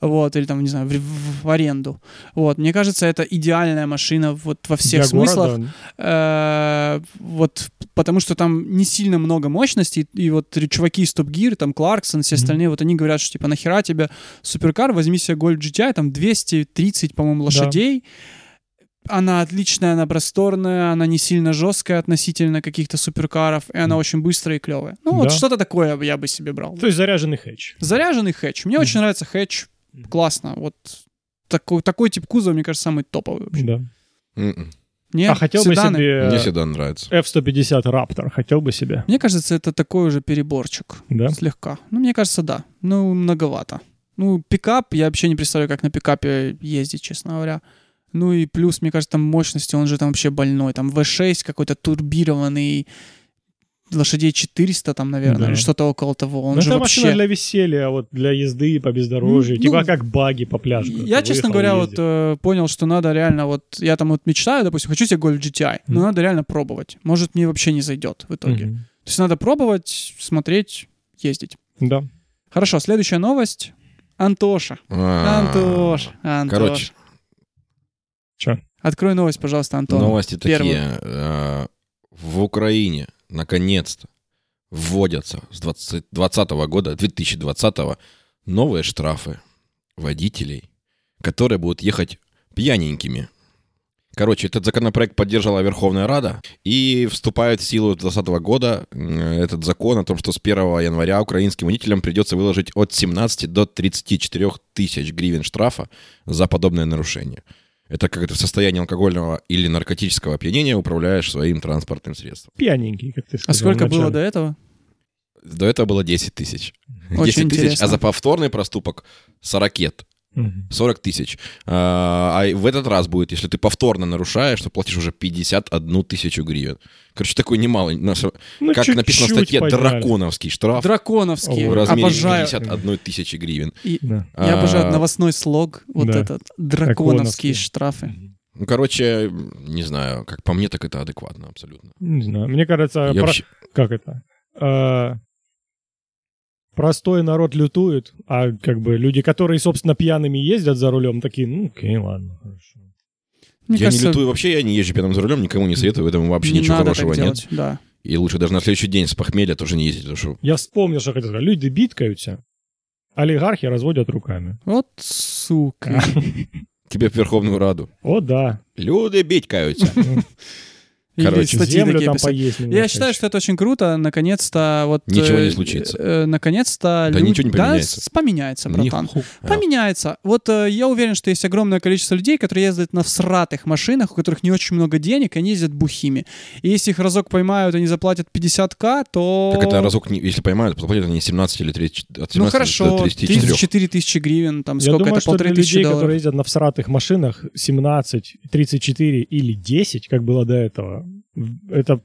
Вот, или там, не знаю, в, в- в аренду. Вот, мне кажется, это идеальная машина вот во всех
Для
смыслах.
города
Э, вот потому что там не сильно много мощности, и вот р- чуваки из Top Gear, там Кларксон, все
Мгм.
остальные, вот они говорят, что типа нахера тебе суперкар, возьми себе Golf GTI, там 230, по-моему, лошадей. Она отличная, она просторная, она не сильно жесткая относительно каких-то суперкаров, и она очень быстрая и клевая. Ну вот
Да.
что-то такое я бы себе брал.
То есть заряженный хэтч.
Заряженный хэтч. Мне
Мгм.
очень нравится хэтч. Классно. Вот такой, такой тип кузова, мне кажется, самый топовый вообще.
Да.
М-м.
Не,
а хотел бы
седаны.
себе...
Мне седан нравится.
F-150 Raptor хотел бы себе,
Мне кажется, это такой уже переборчик.
да?
Слегка. Ну, мне кажется, да. Ну, многовато. Ну, пикап, я вообще не представляю, как на пикапе ездить, честно говоря. Ну и плюс, мне кажется, там мощности, он же там вообще больной. Там V6 какой-то турбированный, лошадей 400 там,
Да.
наверное, или что-то около того. Он
Ну,
же
это
вообще...
машина для веселья, а вот для езды по бездорожью,
Ну,
типа
ну,
как баги по пляжу.
Я, честно говоря, вот э, понял, что надо реально вот... Я там вот мечтаю, допустим, хочу себе Golf GTI, но
Мгм.
надо реально пробовать. Может, мне вообще не зайдет в итоге. То есть надо пробовать, смотреть, ездить.
Да.
Хорошо, следующая новость. Антоша.
А,
Антош, Антош.
Короче,
Открой новость, пожалуйста, Антон.
новости такие.
первую.
А, В Украине, наконец-то, вводятся с 2020 года, 2020 новые штрафы водителей, которые будут ехать пьяненькими. Короче, этот законопроект поддержала Верховная Рада и вступает в силу с 2020 года м, этот закон о том, что с 1 января украинским водителям придется выложить от 17 до 34 тысяч гривен штрафа за подобное нарушение. Это как это в состоянии алкогольного или наркотического опьянения управляешь своим транспортным средством.
Пьяненький, как ты
А
сказал.
сколько
вначале.
было до этого?
До этого было 10 тысяч.
Очень
10 тысяч,
интересно.
а за повторный проступок 40 лет.
Мгм.
40 тысяч. А а в этот раз будет, если ты повторно нарушаешь, то платишь уже 51 тысячу гривен. Короче, такой немалый. на сор-
Ну,
как написано в
чуть-чуть
статье,
подняли.
драконовский штраф
Драконовский.
в
Ой,
размере
Обожаю.
51 тысячи гривен.
Да.
Я обожаю
А,
новостной слог. Вот
Да.
этот.
Драконовский.
Драконовские штрафы.
Ну, короче, не знаю, как по мне, так это адекватно абсолютно.
Не знаю. Мне кажется,
Я
Э, про-
вообще-
как это? Э, Простой народ лютует, а как бы люди, которые, собственно, пьяными ездят за рулем, такие, ну, окей, ладно, хорошо.
Мне
я
кажется,
не летую вообще, я не езжу пьяным за рулем, никому не советую, поэтому вообще
не
ничего
надо
хорошего
так
нет.
делать. Да.
И лучше даже на следующий день с похмелья тоже не ездить, потому что
Я вспомнил, что хотел сказать. Люди биткаются, олигархи разводят руками.
Вот сука.
тебе в Верховную Раду.
О, да.
Люди бить каются.
Или
Короче,
статьи
Землю
такие
там
писать.
поесть
Я
немножко
считаю,
еще.
что это очень круто. Наконец-то вот... э,
Ничего не случится.
э, наконец-то...
Да
лю-
ничего не поменяется.
Да, с- поменяется, братан.
Ниху-
Поменяется. Вот э, я уверен, что есть огромное количество людей, которые ездят на всратых машинах, у которых не очень много денег, они ездят бухими. И если их разок поймают, они заплатят 50к, то...
Так это разок, не- если поймают, то заплатят они 17 или 30, от 17
Ну
до
хорошо,
34.
34 тысячи гривен, там
Я
сколько
думаю,
это,
что для
полторы тысячи
людей,
долларов.
которые ездят на всратых машинах 17, 34 или 10, как было до этого, в- это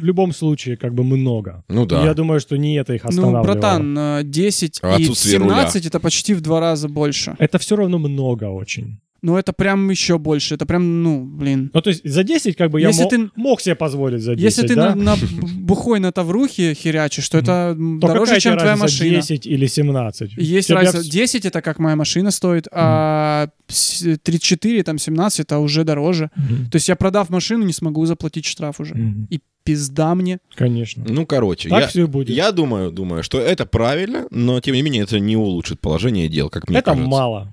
в любом случае как бы много.
Ну да.
Я думаю, что не это их
Ну,
останавливало.
братан, э, 10
А
и
отсутствие руля.
17 это почти в два раза больше.
Это все равно много очень.
Ну, это прям еще больше. Это прям, ну, блин.
Ну, то есть за 10 как бы
Если
я мо-
ты-
мог себе позволить за 10,
Если ты
да?
на, на бухой на Таврухе херячишь, то это м,
То
дороже,
какая
чем
тебе
твоя
разница,
машина.
10 или 17?
Есть
Тебя
разница.
вс-
10 это как моя машина стоит, а с- 34, там 17 это уже дороже.
Мгм.
То есть я продав машину, не смогу заплатить штраф уже.
Мгм.
И пизда мне.
Конечно.
Ну, короче,
так
я,
все и будет.
я думаю, думаю, что это правильно, но тем не менее это не улучшит положение дел, как мне
это
кажется.
мало.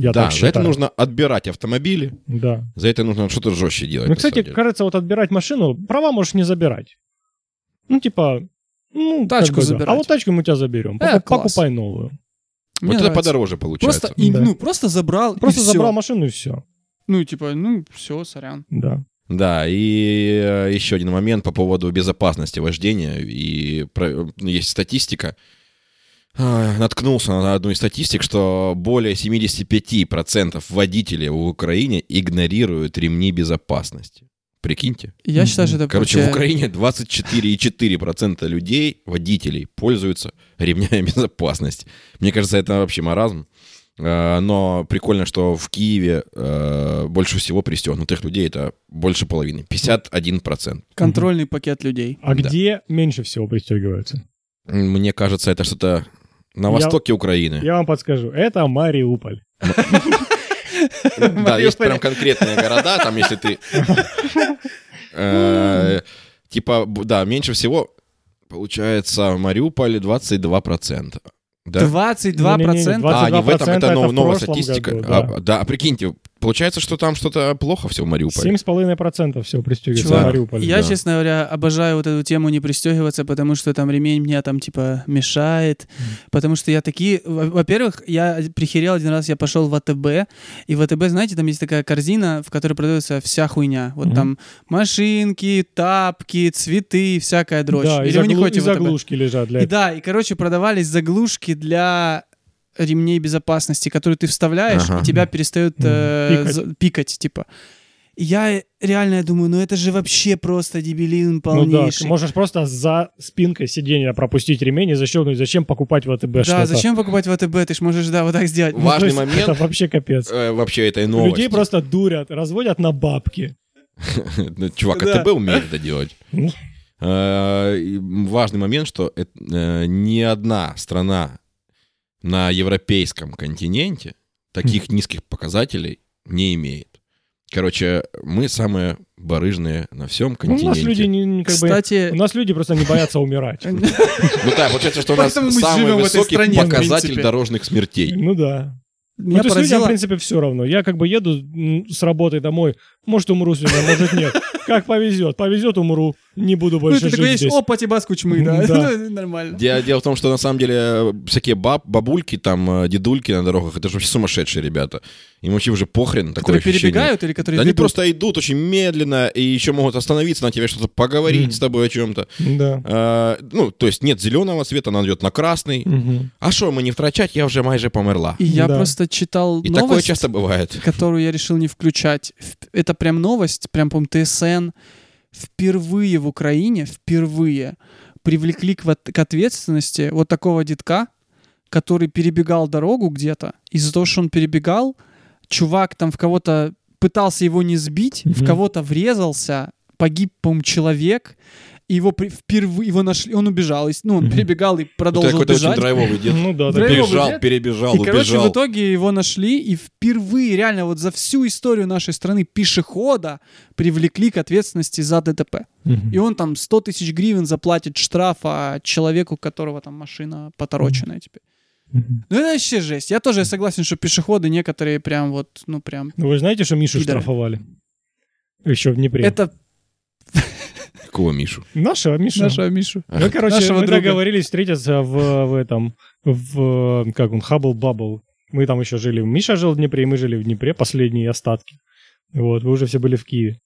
Я
да,
так
за
считаю.
это нужно отбирать автомобили,
Да.
за это нужно что-то жестче делать.
Ну,
на
кстати,
самом деле.
кажется, вот отбирать машину, права можешь не забирать. Ну, типа, ну, как
Тачку
бы да.
забирать.
А вот тачку мы у тебя заберем.
Э,
Покуп-
класс.
покупай новую.
вот
Мне
это
нравится.
подороже получается.
Просто, и,
Да.
ну, просто забрал и
Просто
всё.
забрал машину и все.
Ну, типа, ну, все, сорян.
Да.
Да, и э, еще один момент по поводу безопасности вождения. И про- э, есть статистика. А, Наткнулся на одну из статистик, что более 75% водителей в Украине игнорируют ремни безопасности. Прикиньте.
Я
Мгм.
считаю, что это
Короче, в
вообще-
Украине 24,4% людей, водителей, пользуются ремнями безопасности. Мне кажется, это вообще маразм. Э, Но прикольно, что в Киеве э, больше всего пристегнутых людей это больше половины. 51%.
контрольный пакет людей.
А
Да.
где меньше всего пристегиваются?
Мне кажется, это что-то на
Я-
востоке Украины.
Я вам подскажу. Это Мариуполь.
Да, есть прям конкретные города, там, если ты... Э, Типа, б- да, меньше всего, получается, Мариуполь 22%. Да?
22%?
Не-не-не,
А, не в этом,
22%
это
это
нов-
в
новая
прошлом
статистика.
году, да.
А, Да, а прикиньте, получается, что там что-то плохо все в Мариуполе.
7,5% всего пристегивается
Чувак,
в Мариуполе.
Я,
Да.
честно говоря, обожаю вот эту тему не пристегиваться, потому что там ремень мне там типа мешает. Потому что я такие. во- Во-первых, я прихерел один раз, я пошел в АТБ. И в АТБ, знаете, там есть такая корзина, в которой продается вся хуйня. Вот
Мгм.
там машинки, тапки, цветы, всякая дрочь.
Да, и,
Или вы не
заглу-
ходите
и
в АТБ?
заглушки лежат для
И да, и, короче, продавались заглушки для ремней безопасности, которые ты вставляешь,
Ага.
и тебя перестают
Мгм.
э,
Пикать.
за- пикать, типа. И я реально я думаю, ну это же вообще просто дебилизм
Ну да,
полнейший.
можешь просто за спинкой сиденья пропустить ремень и защелкнуть. Зачем покупать в АТБ что-то?
да, зачем покупать в АТБ? Ты ж можешь, да, вот так сделать.
Ну, то
Важный
есть
момент.
Это вообще капец.
Э, Вообще этой
Людей
новости.
просто дурят, разводят на бабки.
Ну, Чувак,
Да.
АТБ умеет это делать.
Ну.
Э, и Важный момент, что э, э, ни одна страна на европейском континенте таких низких показателей не имеет. Короче, мы самые барыжные на всем
Ну, у нас люди
континенте.
не, не как бы...
Кстати, э,
У нас люди просто не боятся умирать.
Ну да, получается, что у нас
Поэтому мы
самый
живем в этой
высокий
стране, в
показатель
принципе.
дорожных смертей.
Ну да.
меня
ну, то есть людям, в
поразило...
принципе, все равно. Я как бы еду м, с работы домой, может, умру сегодня, может, нет. Как повезет. Повезет, умру. не буду
Ну,
больше
ты
жить
такой есть,
здесь.
опа, тебя кучмы, да.
Да.
Ну, Нормально.
Де- Дело в том, что на самом деле э, всякие баб, бабульки, там, э, дедульки на дорогах, это же вообще сумасшедшие ребята. Им вообще уже похрен такое
Которые
ощущение.
перебегают или которые
Да они
ведут?
просто идут очень медленно и еще могут остановиться на тебе, что-то поговорить
Мгм.
с тобой о чем-то.
Да.
А, ну, то есть нет зеленого цвета, она идет на красный.
Мгм.
А что, мы не втрачать, я уже майже померла.
И я
Да.
просто читал
И такое
новость,
часто бывает.
которую я решил не включать. В- Это прям новость, прям, по ТСН. Впервые в Украине, впервые привлекли к, вот- к ответственности вот такого детка, который перебегал дорогу где-то. Из-за того, что он перебегал, чувак там в кого-то пытался его не сбить, в
Мгм.
кого-то врезался, погиб, по-моему, человек. И его при- впервые его нашли, он убежал. И с- Ну, он
Мгм.
перебегал и
Это
продолжил
какой-то очень
бежать.
драйвовый дед.
Ну да, да.
Драйвовый
Перебежал,
дед.
перебежал,
И, короче, в
убежал.
итоге его нашли, и впервые, реально, вот за всю историю нашей страны пешехода привлекли к ответственности за ДТП.
Мгм.
И он там 100 тысяч гривен заплатит штрафа человеку, которого там машина потороченная теперь.
Мгм.
Ну, это вообще жесть. Я тоже согласен, что пешеходы некоторые прям вот, ну, прям...
Ну, Вы же знаете, что Мишу
Пидоры.
штрафовали? Еще в Днепре.
Это
Какого Мишу?
Нашего Мишу.
нашего Мишу.
Мы, Ну, короче,
нашего
мы
друга.
договорились встретиться в, в этом, в, э, как он, Хаббл Баббл. Мы там еще жили. Миша жил в Днепре, и мы жили в Днепре, последние остатки. Вот, вы уже все были в Киеве.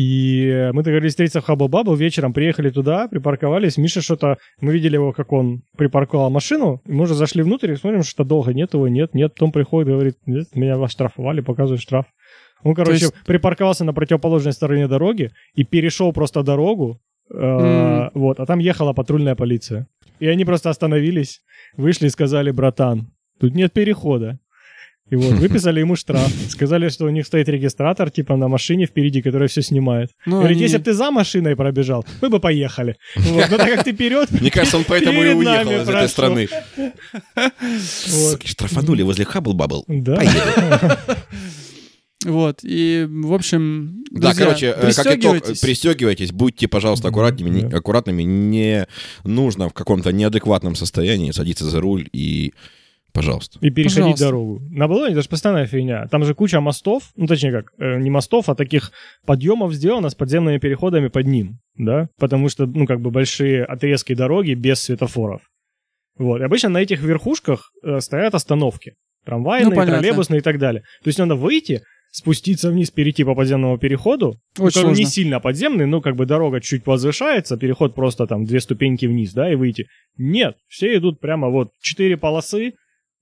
И э, мы договорились встретиться в Хаббл Баббл, вечером приехали туда, припарковались. Миша что-то... Мы видели его, как он припарковал машину. И мы уже зашли внутрь и смотрим, что долго нет его, нет, нет. Потом приходит, говорит, «Нет, меня оштрафовали, показывает штраф. Он, короче,
есть-
припарковался на противоположной стороне дороги и перешел просто дорогу, Э,
М.
Вот, а там ехала патрульная полиция. И они просто остановились, вышли и сказали, братан, тут нет перехода. И вот, выписали ему штраф. Сказали, что у них стоит регистратор, типа, на машине впереди, которая все снимает.
Ну,
Говорит,
они-
если бы ты за машиной пробежал, мы бы поехали. Вот, но так как ты вперед,
Мне кажется, он поэтому и
Перед
уехал
нами
из этой
прошел.
страны.
вот.
Суки, штрафанули возле Хаббл-Баббл.
Да.
Вот, и, в общем,
Да,
друзья,
короче, э, как итог,
пристегивайтесь.
пристегивайтесь, будьте, пожалуйста, аккуратными, не-
Да.
аккуратными, не нужно в каком-то неадекватном состоянии садиться за руль и, пожалуйста.
И переходить
Пожалуйста.
дорогу. На Болоне это же постоянная фигня. Там же куча мостов, ну точнее как, э, не мостов, а таких подъемов сделано с подземными переходами под ним, да? Потому что, ну как бы большие отрезки дороги без светофоров. Вот. И обычно на этих верхушках э, стоят остановки. Трамвайные,
Ну, понятно.
троллейбусные и так далее. То есть надо выйти, спуститься вниз, перейти по подземному переходу,
Очень
ну, как бы
сложно.
не сильно подземный, но как бы дорога чуть возвышается, переход просто там две ступеньки вниз, да, и выйти. Нет, все идут прямо вот четыре полосы,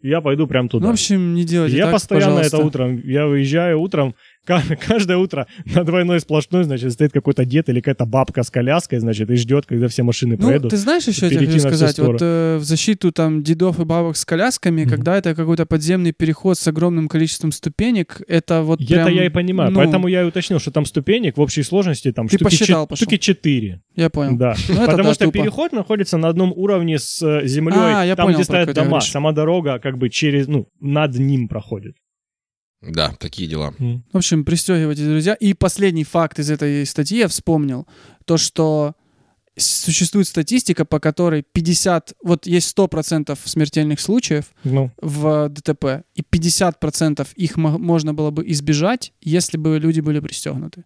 и я пойду прям
Ну,
туда.
в общем, не
И
делайте
я
так,
постоянно
пожалуйста.
это утром, я выезжаю утром, ка- каждое утро на двойной сплошной, значит, стоит какой-то дед или какая-то бабка с коляской, значит, и ждет, когда все машины
Ну,
проедут.
ты знаешь еще, я тебе
типа, перейти
хочу
на всю
сказать, вот
сторону.
э, в защиту там дедов и бабок с колясками,
Мгм.
когда это какой-то подземный переход с огромным количеством ступенек, это вот
Это
прям,
я и понимаю,
ну,
поэтому я и уточнил, что там ступенек в общей сложности там
Ты
штуки, чет-
посчитал, пошел.
штуки 4.
Я понял.
Да.
Ну, это
Потому
да,
что
тупо.
переход находится на одном уровне с э, землей,
А, я
там,
понял,
где
про
стоят
какой ты
дома.
говоришь.
Сама дорога как бы через, ну, над ним проходит.
Да, такие дела.
В общем, пристегивайтесь, друзья. И последний факт из этой статьи я вспомнил. То, что с- существует статистика, по которой 50... Вот есть 100% смертельных случаев,
Ну,
в ДТП, и 50% их мо- можно было бы избежать, если бы люди были пристегнуты.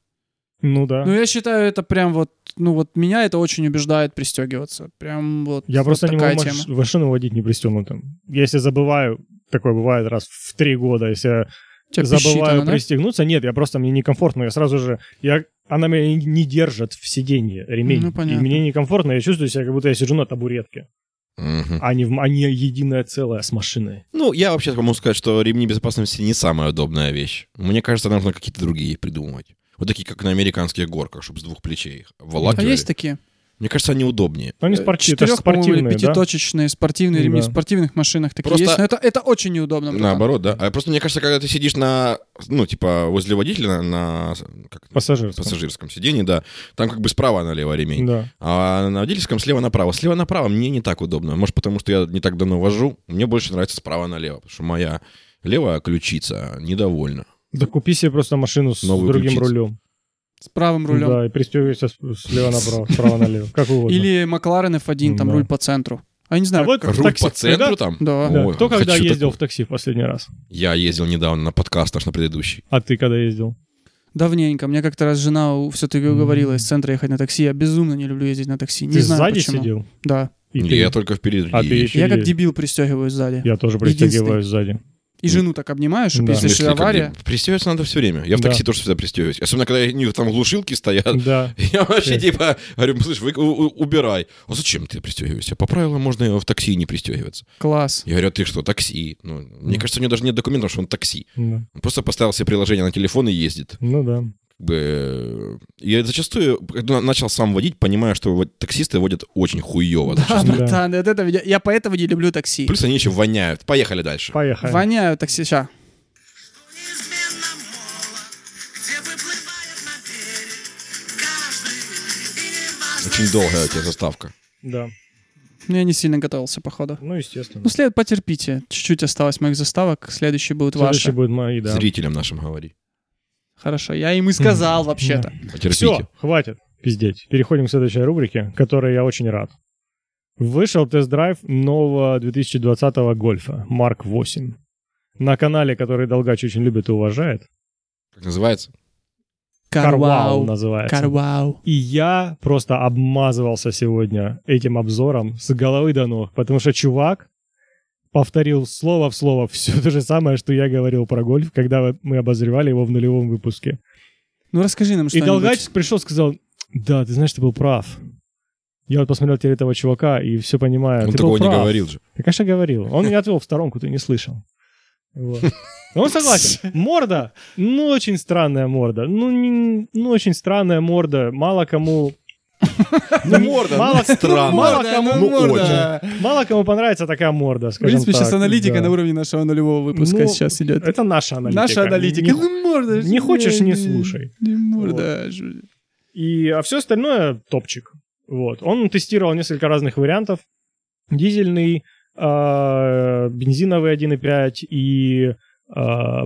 ну да.
Ну, я считаю, это прям вот, ну вот меня это очень убеждает пристегиваться. Прям вот,
я
вот
просто не
такая
могу маш-
тема.
машину водить непристегнутым. Если забываю, такое бывает раз в три года, если я
Тебя
забываю
пищит она, да?
пристегнуться, нет, я просто, мне некомфортно, я сразу же, я, она меня не- не держит в сиденье, ремень.
Ну, понятно.
И мне некомфортно, я чувствую себя, как будто я сижу на табуретке,
Мгм.
а не, в- а не единое целое с машиной.
Ну, я вообще могу сказать, что ремни безопасности не самая удобная вещь. Мне кажется, нужно какие-то другие придумывать. Вот такие, как на американских горках, чтобы с двух плечей их
А
обволакивали.
есть такие?
Мне кажется, они удобнее.
Ну, не
Э,
спортивные, это же
четырех, по-моему, или
спортивные, да?
пятиточечные спортивные
Ну,
ремни.
да.
В спортивных машинах такие
Просто-
есть, но это, это очень неудобно. братан.
Наоборот, да. А просто мне кажется, когда ты сидишь на, ну, типа, возле водителя на, на как,
Пассажирском.
пассажирском сиденье, да, там как бы справа налево ремень.
Да.
А на водительском слева направо. Слева направо мне не так удобно. Может, потому что я не так давно вожу. Мне больше нравится справа налево, потому что моя левая ключица недовольна.
Да купи себе просто машину с
Новую
другим
ключицу.
рулем.
С правым рулем.
Да, и пристегивайся с- слева направо, справа налево. Как угодно.
Или Макларен F1, там
Да.
руль по центру. А я не знаю.
А вот
как-
Руль
такси
по центру
когда-
там?
Да.
Да.
Ой,
Кто когда
хочу
ездил
такой.
в такси в последний раз?
Я ездил недавно на подкаст наш, на предыдущий.
А ты когда ездил?
Давненько. Мне как-то раз жена все-таки уговорила
М.
из центра ехать на такси. Я безумно не люблю ездить на такси. Не
ты
знаю
сзади
почему.
сидел?
Да.
И
Не,
ты?
Я только впереди.
А ты еще
Я как
едешь?
дебил пристегиваюсь сзади.
Я тоже пристегиваюсь сзади.
И жену так обнимаешь,
Да.
чтобы если что, авария.
Пристегиваться надо все время. Я в
Да.
такси тоже всегда пристегиваюсь. Особенно, когда у них там глушилки
А,
стоят.
Да.
Я вообще
Э.
типа говорю, слышь, вы, у- у- убирай. А зачем ты пристегиваешься? По правилам можно и в такси не пристегиваться.
Класс.
Я говорю, а ты что, такси? Ну, мне
Мгм.
кажется, у него даже нет документов, что он такси.
Да.
Он просто поставил себе приложение на телефон и ездит.
Ну да.
Как бы, э, Я зачастую, когда начал сам водить, понимаю, что вот таксисты водят очень хуево.
Да,
зачастую.
Да.
А, братан, вот это меня- я поэтому не люблю такси.
Плюс они еще воняют. Поехали дальше.
Поехали.
Воняю такси. Ща.
неизменно молод, где выплывает на берег каждый, и не важно,
Очень долгая у тебя заставка.
Да.
Ну, я не сильно готовился, походу.
Ну, естественно.
Ну, след потерпите. Чуть-чуть осталось моих заставок. Следующие будут
Следующий
ваши.
будет мои, да.
Зрителям нашим говори.
Хорошо. Я им и сказал, вообще-то.
Потерпите.
Все, хватит пиздеть. Переходим к следующей рубрике, которой я очень рад. Вышел тест-драйв нового 2020 гольфа Марк 8 на канале, который Долгач очень любит и уважает.
Как называется?
Карвал
Карвау.
называется.
Карвау.
И я просто обмазывался сегодня этим обзором с головы до ног, потому что чувак повторил слово в слово все то же самое, что я говорил про гольф, когда мы обозревали его в нулевом выпуске.
Ну, расскажи нам
И
что-нибудь.
Долгач пришел, сказал, да, ты знаешь, ты был прав. Я вот посмотрел теперь этого чувака и все понимаю.
Он
А ты
такого
был
не
прав».
говорил же.
Я, конечно, говорил. Он меня отвел в сторонку, ты не слышал. Вот. Но он согласен. Морда, ну, очень странная морда. Ну, не- ну, очень странная морда. Мало кому...
Ну, морда,
мало-
ну, странно.
мало
Да,
кому...
ну, морда.
Мало кому понравится такая морда,
В
скажем
принципе,
так.
сейчас аналитика
Да.
на уровне нашего нулевого выпуска
Ну,
сейчас идет.
Это наша аналитика.
Наша аналитика.
Не-
Ну, морда,
не хочешь, не
блядь,
слушай.
Не морда.
И, а все остальное топчик. Вот. Он тестировал несколько разных вариантов. Дизельный, э, бензиновый 1.5 и, э,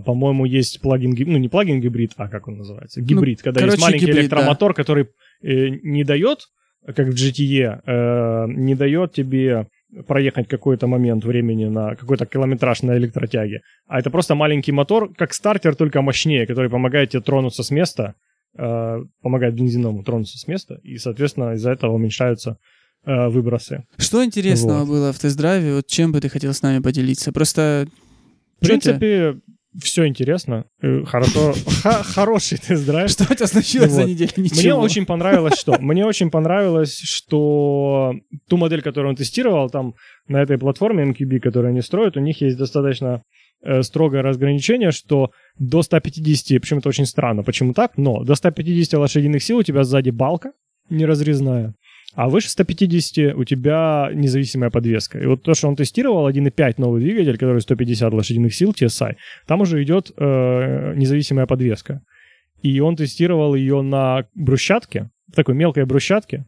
по-моему, есть плагин, гиб- ну не плагин гибрид, а как он называется, гибрид, когда
Ну, короче,
есть маленький
гибрид,
электромотор, который э, не дает, как в GTE, э, не дает тебе проехать какой-то момент времени на какой-то километраж на электротяге. А это просто маленький мотор, как стартер, только мощнее, который помогает тебе тронуться с места, э, помогает бензиновому тронуться с места, и, соответственно, из-за этого уменьшаются э, выбросы.
Что интересного
Вот.
было в тест-драйве? Вот чем бы ты хотел с нами поделиться? Просто...
В принципе, все интересно. Э, Хорошо. Ха- Хороший тест-драйв.
Что у тебя случилось за
Вот.
неделю?
Мне
Ничего.
очень понравилось что? Мне очень понравилось, что ту модель, которую он тестировал, там на этой платформе MQB, которую они строят, у них есть достаточно э, строгое разграничение, что до 150, причем это очень странно, почему так, но до 150 лошадиных сил у тебя сзади балка неразрезная, а выше 150 у тебя независимая подвеска. И вот то, что он тестировал, 1.5 новый двигатель, который 150 лошадиных сил, TSI, там уже идет э, независимая подвеска. И он тестировал ее на брусчатке, такой мелкой брусчатке,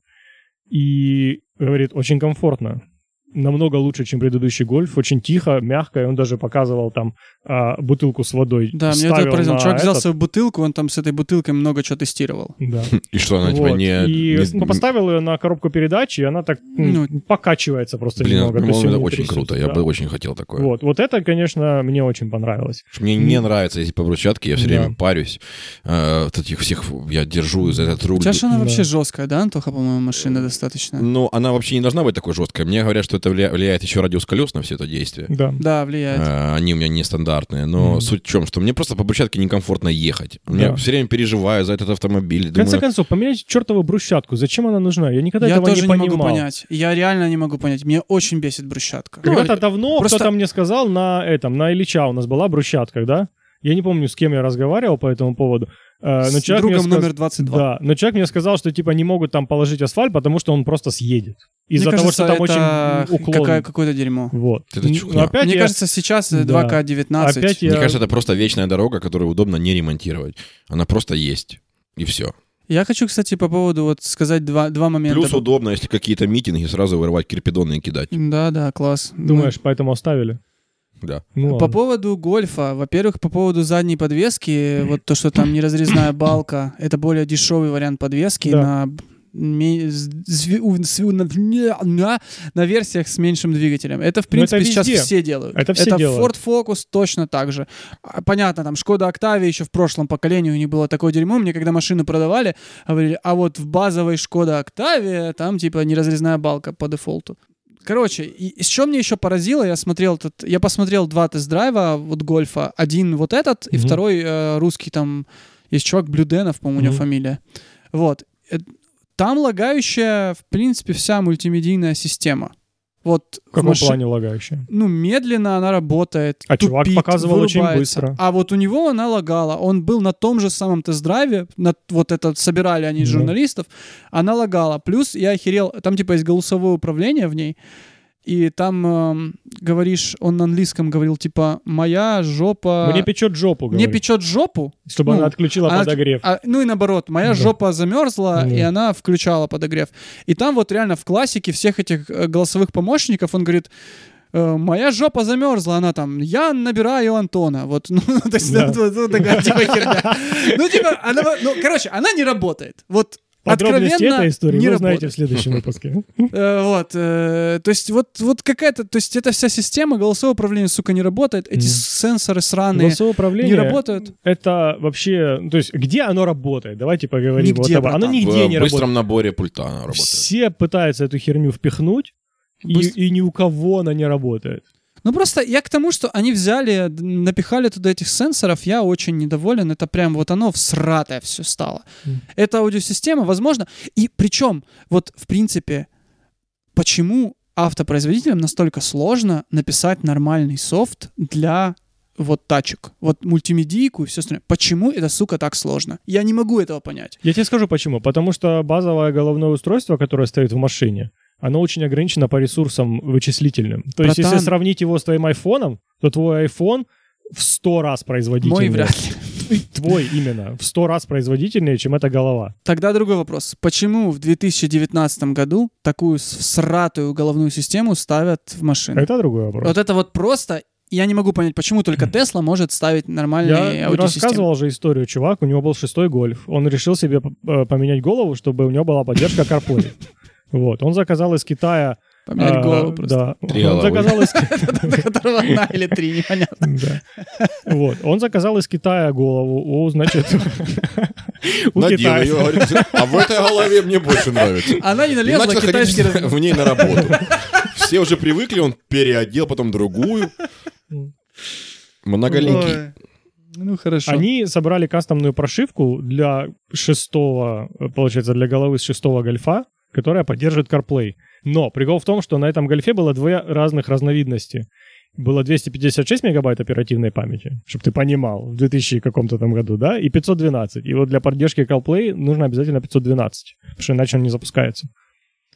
и говорит, очень комфортно. Намного лучше, чем предыдущий гольф. Очень тихо, мягко. И он даже показывал там а, бутылку с водой.
Да, мне
Ставил
это поразило.
на
Чувак взял
этот-
свою бутылку, он там с этой бутылкой много чего тестировал.
Да.
И что, она тебя
Вот.
не...
И
не-
ну, поставил ее на коробку передач, и она так м,
Ну.
покачивается просто
Блин, ну,
немного.
это,
то есть
по-моему, это
не
очень
трясется,
круто. Я
да.
бы очень хотел такое.
Вот. вот это, конечно, мне очень понравилось.
Потому что Мне не нравится эти по брусчатке, я все
Да.
время парюсь. Э, вот этих всех я держу за этот руль.
У тебя же она
Да. Э,
вообще жесткая, да, Антоха, по-моему, машина достаточно?
Но Ну, она вообще не должна быть такой жесткой. Мне говорят, что это вля- влияет еще радиус колес на все это действие.
Да.
Да, влияет.
Э, Они у меня нестандартные. Но
Мгм.
суть в чем, что мне просто по брусчатке некомфортно ехать. Я
Да.
все время переживаю за этот автомобиль.
В конце
Думаю,
концов, поменять чертову брусчатку. Зачем она нужна? Я никогда
Я
этого
тоже
не
не могу
понимал.
понять. Я реально не могу понять. Меня очень бесит брусчатка.
Когда-то давно
просто-
кто-то мне сказал на этом, на Ильича у нас была брусчатка, да? Я не помню, с кем я разговаривал по этому поводу. Э,
С
но человек мне
другом
сказ-
номер 22.
Да, но человек мне сказал, что типа не могут там положить асфальт, потому что он просто съедет.
Мне
Из-за того,
кажется,
что там
это
очень уклон.
какая- какое-то дерьмо.
Вот.
Это
Ну,
чухня.
опять
Мне
я-
кажется, сейчас э,
Да.
2К19.
опять я...
Мне кажется, это просто вечная дорога, которую удобно не ремонтировать. Она просто есть. И все.
Я хочу, кстати, по поводу вот сказать два, два момента.
Плюс удобно, если какие-то митинги, сразу вырывать кирпидоны и кидать.
Да, да, класс.
Думаешь, поэтому оставили?
Да.
Ну,
ну, По
ладно.
поводу гольфа, во-первых, по поводу задней подвески, вот то, что там неразрезная балка, это более дешевый вариант подвески
Да.
на ме- с- зви- у- с- у- на- на на версиях с меньшим двигателем. Это, в
Но это
принципе, сейчас
везде.
все делают.
Это все делают.
Ford Focus точно так же. А, Понятно, там Шкода Октавия еще в прошлом поколении у них было такое дерьмо. Мне когда машину продавали, говорили, а вот в базовой Шкода Октавия там типа неразрезная балка по дефолту. Короче, и с чем мне еще поразило, я смотрел этот, я посмотрел два тест-драйва вот гольфа, один вот этот и
Мгм.
второй э, русский там есть чувак Блюденов, по-моему, у него
Мгм.
фамилия. Вот Э, там лагающая, в принципе, вся мультимедийная система. Вот
В каком
маши-
плане лагающая?
ну, медленно она работает.
А чувак
тупит,
показывал очень
вырубается.
быстро.
А вот у него она лагала. Он был на том же самом тест-драйве, на, вот это собирали они
Да.
журналистов, она лагала. Плюс я охерел, там типа есть голосовое управление в ней, и там эм, говоришь, он на английском говорил типа «моя жопа...»
Мне печет жопу,
А, «Мне
Ну, говорит,
печет жопу,
чтобы
ну,
она отключила
она-
подогрев.
а, ну и наоборот, моя
Да.
жопа замерзла,
Да.
и она включала подогрев. И там вот реально в классике всех этих э, голосовых помощников он говорит, «Э, моя жопа замерзла, она там, я набираю Антона. Вот, ну, то есть,
Да.
ну, ну, такая, типа, херня. Ну, типа, она, во- ну, короче, она не работает. Вот,
Подробности
откровенно,
этой истории
не
вы
работает.
узнаете в следующем выпуске.
Э, Вот, э, то есть вот, вот какая-то, то есть эта вся система голосового управления, сука, не работает, эти
Мгм.
сенсоры сраные
Голосовое
не
управление
работают.
это вообще, ну, то есть где оно работает? Давайте поговорим
Нигде,
вот об этом. Оно
братан.
В
нигде не
быстром
работает.
наборе пульта она работает.
Все пытаются эту херню впихнуть, и-
Быс-
и ни у кого она не работает.
Ну просто я к тому, что они взяли, д- напихали туда этих сенсоров, я очень недоволен. Это прям вот оно всратое все стало.
Мгм.
Эта аудиосистема, возможно. И причем, вот в принципе, почему автопроизводителям настолько сложно написать нормальный софт для вот тачек, вот мультимедийку и все остальное. Почему это, сука, так сложно? Я не могу этого понять.
Я тебе скажу почему. Потому что базовое головное устройство, которое стоит в машине, оно очень ограничено по ресурсам вычислительным. То есть, если
Братан.
сравнить его с твоим айфоном, то твой iPhone в 100 раз
Мой
производительнее.
вряд ли.
Твой именно. В 100 раз производительнее, чем эта голова.
Тогда другой вопрос. Почему в 2019 году такую с- всратую головную систему ставят в машины?
А Это другой вопрос.
Вот это вот просто... Я не могу понять, почему только Тесла может ставить нормальные
Я
аудиосистемы.
рассказывал же историю, чувак, у него был шестой гольф. Он решил себе э, поменять голову, чтобы у него была поддержка CarPlay. Вот, он заказал из Китая...
Поменять
а,
голову просто.
Да,
Три
он
головы.
заказал из
На которого одна или три, непонятно.
Да. Вот. Он заказал из Китая голову. у, значит, у
Надел
Китая.
ее, говорит, а в этой голове мне больше нравится.
Она не
И
налезла,
начал ходить
китайский... раз-
в ней на работу. Все уже привыкли, он переодел, потом другую. Многоленький.
Ой. Ну, хорошо.
Они собрали кастомную прошивку для шестого, э, получается, для головы с шестого гольфа, которая поддерживает CarPlay. Но прикол в том, что на этом гольфе было две разных разновидности. Было 256 мегабайт оперативной памяти, чтобы ты понимал, в 2000 каком-то там году, да, и 512. И вот для поддержки CarPlay нужно обязательно 512, потому что иначе он не запускается.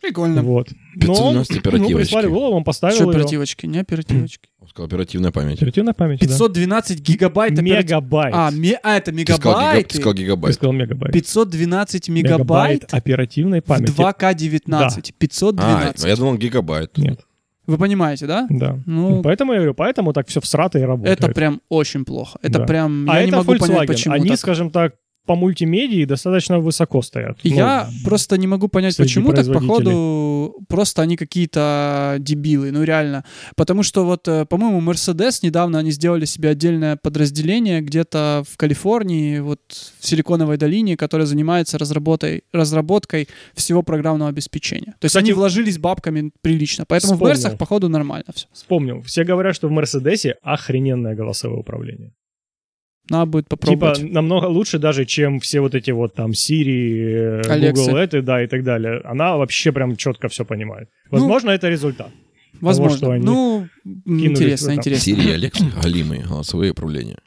Прикольно.
Вот. Но он,
512
ну, прислали
оперативочки.
голову, он поставил
Что
её.
оперативочки, не оперативочки.
Он сказал, оперативная память.
Оперативная память, да.
512 гигабайт оператив-
мегабайт.
А, ме- а, это
Ты сказал гига- ты
мегабайты.
сказал
Ты
гигабайт.
сказал мегабайт.
512 мегабайт
оперативной
в
памяти.
2К19.
А,
512.
я думал гигабайт.
Нет,
Вы понимаете, да?
да.
Ну,
Поэтому я говорю, поэтому так все всрато и работает.
это прям очень плохо. Это
Да.
прям...
а
я
это
не могу понять,
Volkswagen.
почему
Они,
так.
скажем так, по мультимедии достаточно высоко стоят. Ну,
Я просто не могу понять,
среди
почему так,
производителей.
походу, просто они какие-то дебилы, ну реально. Потому что вот, э, по-моему, Mercedes недавно они сделали себе отдельное подразделение где-то в Калифорнии, вот в Силиконовой долине, которое занимается разработой, разработкой всего программного обеспечения. То есть
Кстати,
они вложились бабками прилично, поэтому
вспомнил.
в Мерсах, походу, нормально все.
вспомнил. Все говорят, что в Мерседесе охрененное голосовое управление.
Надо будет попробовать.
Типа намного лучше даже, чем все вот эти вот там Siri, э,
Алекса.
Google это, да, и так далее. Она вообще прям четко все понимает.
Ну,
Возможно, это результат.
Возможно.
что они
ну,
кинули
интересно,
туда.
интересно.
Сири и Алекса, голимые голосовые управления,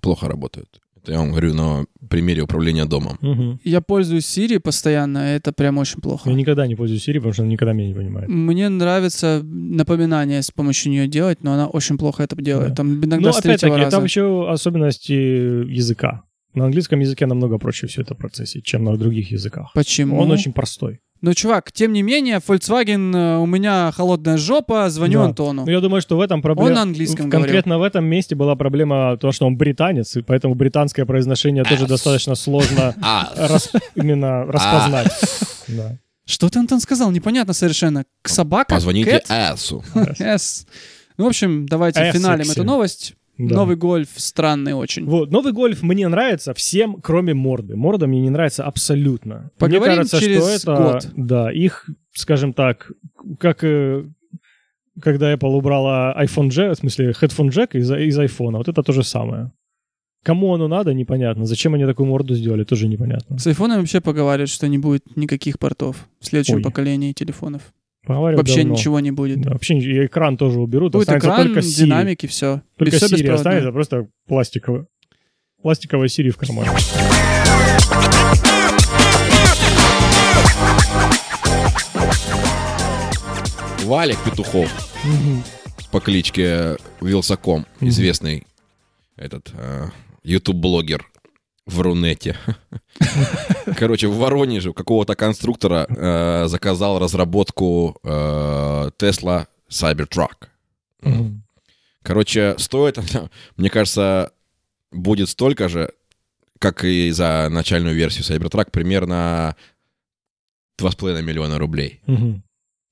плохо работают. Это я вам говорю на примере управления домом.
Мгм.
Я пользуюсь Siri постоянно, это прям очень плохо.
Я никогда не пользуюсь Siri, потому что она никогда меня не понимает.
Мне нравится напоминание с помощью нее делать, но она очень плохо это делает.
Да.
Там иногда
Ну,
с третьего
опять-таки,
раза.
там еще особенности языка. На английском языке намного проще все это процессить, чем на других языках.
Почему? Ну.
Он очень простой.
Но, чувак, тем не менее, Volkswagen, э, у меня холодная жопа, звоню
Да.
Антону.
Ну, я думаю, что в этом проблема...
Он на английском
в- Конкретно в этом месте была проблема то, что он британец, и поэтому британское произношение тоже достаточно сложно
А,
рас- именно
А.
распознать. Да.
Что ты, Антон, сказал? Непонятно совершенно. К собака?
Позвоните
Кэт?
Асу.
Yes. Ну, в общем, давайте
Эссексе.
финалим эту новость.
А Да.
Новый гольф странный очень.
Вот, новый гольф мне нравится всем, кроме морды. Морда мне не нравится абсолютно.
Поговорим
мне кажется,
через
что это,
год.
да, их, скажем так, как э, когда Apple убрала iPhone Jack, в смысле, headphone Jack из, из iPhone, а вот это то же самое. Кому оно надо, непонятно. Зачем они такую морду сделали, тоже непонятно.
С айфоном вообще поговаривают, что не будет никаких портов в следующем
Ой.
поколении телефонов.
Поговорим
Вообще
давно.
ничего не будет.
Да, вообще ничего. И экран тоже уберут,
Будет
останется
экран,
только Siri.
динамики, все.
Только
и все
Siri
бесплатно.
останется, просто пластиковая. Пластиковая Siri в кармане.
Валик Петухов по кличке Вилсаком,
Мгм.
известный этот э, ютуб-блогер в Рунете. Короче, в Воронеже у какого-то конструктора э, заказал разработку э, Tesla Cybertruck.
Мгм.
Короче, стоит она, мне кажется, будет столько же, как и за начальную версию Cybertruck, примерно 2,5 миллиона рублей.
Мгм.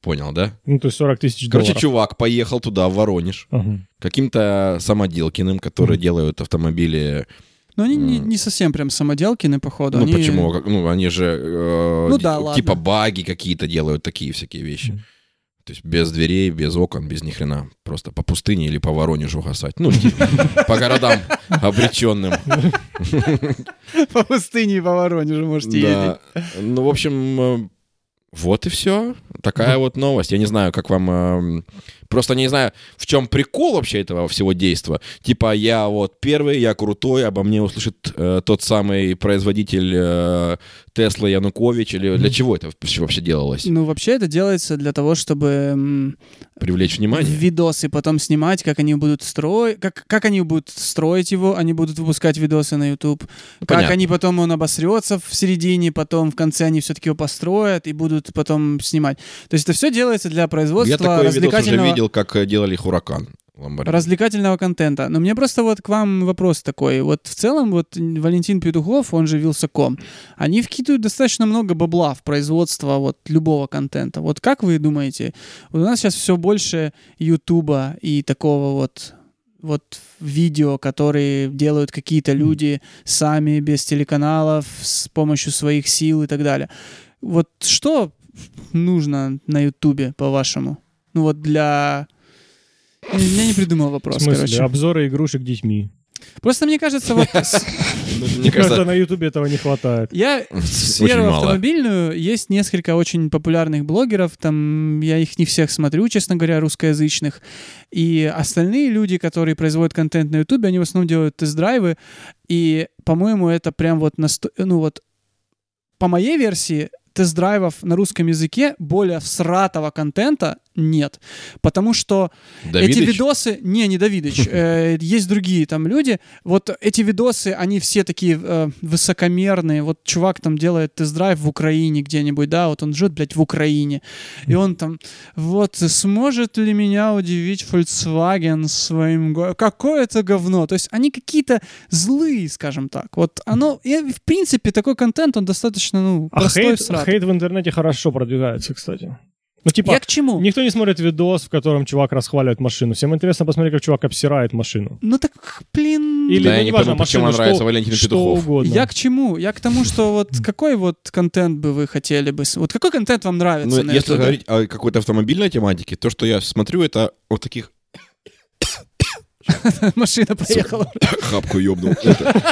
Понял, да?
Ну, то есть 40 тысяч долларов.
Короче, чувак поехал туда, в Воронеж,
Ага.
каким-то самоделкиным, которые
Мгм.
делают автомобили.
Но они не,
М.
не совсем прям самоделкины, походу.
ну
они...
почему? Как- Ну, они же э,
Ну
ди-
да, ладно.
типа баги какие-то делают, такие всякие вещи.
Мгм.
То есть без дверей, без окон, без ни хрена. Просто по пустыне или по Воронежу гасать. Ну, типа, по городам обреченным.
По пустыне и по Воронежу можете ездить.
Да. Ну, в общем, э, вот и все. Такая вот новость. Я не знаю, как вам... эм, Просто не знаю, в чем прикол вообще этого всего действа. Типа, я вот первый, я крутой, обо мне услышит э, тот самый производитель э, Тесла Янукович. Или для чего это всё вообще делалось?
Ну, вообще это делается для того, чтобы м,
Привлечь внимание?
видосы потом снимать, как они будут строить, как, как они будут строить его, они будут выпускать видосы на YouTube, как
понятно.
они потом он обосрется в середине, потом в конце они все-таки его построят и будут потом снимать. То есть это все делается для производства
Я такой видос уже
развлекательного,
видел, как э, делали Хуракан. Ламборгини.
развлекательного контента. Но мне просто вот к вам вопрос такой. Вот в целом вот Валентин Петухов, он же Вилсаком, они вкидывают достаточно много бабла в производство вот любого контента. Вот как вы думаете, вот у нас сейчас все больше Ютуба и такого вот вот видео, которые делают какие-то люди сами, без телеканалов, с помощью своих сил и так далее. Вот что нужно на Ютубе, по-вашему? Ну вот для... Я не придумал
В
вопрос,
смысле, А
короче.
обзоры игрушек детьми.
Просто мне кажется, вот с-
Ну,
Мне
Мне
кажется,
кажется,
на Ютубе этого не хватает.
я
очень
сферу
мало.
автомобильную есть несколько очень популярных блогеров, там я их не всех смотрю, честно говоря, русскоязычных. И остальные люди, которые производят контент на Ютубе, они в основном делают тест-драйвы. И, по-моему, это прям вот насто- ну вот по моей версии тест-драйвов на русском языке более всратого контента нет, потому что эти
Давидыч?
видосы, не, не Давидыч, э, есть другие там люди. Вот эти видосы, они все такие э, высокомерные. Вот чувак там делает тест-драйв в Украине где-нибудь, да, вот он живет, блядь, в Украине. И он там, вот сможет ли меня удивить Volkswagen своим... го- Какое это говно? То есть они какие-то злые, скажем так. Вот оно... И, в принципе, такой контент, он достаточно, ну,
А
простой
хейт,
всратый.
хейт в интернете хорошо продвигается, кстати. Ну, типа,
Я к чему?
никто не смотрит видос, в котором чувак расхваливает машину. Всем интересно посмотреть, как чувак обсирает машину.
Ну так, блин...
Или,
Да,
ну,
я не
неважно,
пойму, почему
машину,
она нравится
что-
Валентину
что
Петухов.
угодно.
Я к чему? Я к тому, что вот какой вот контент бы вы хотели бы... с- Вот какой контент вам нравится?
Ну,
на
если
Ютубе?
говорить о какой-то автомобильной тематике, то, что я смотрю, это вот таких...
Машина поехала.
Хапку ёбнул. Это.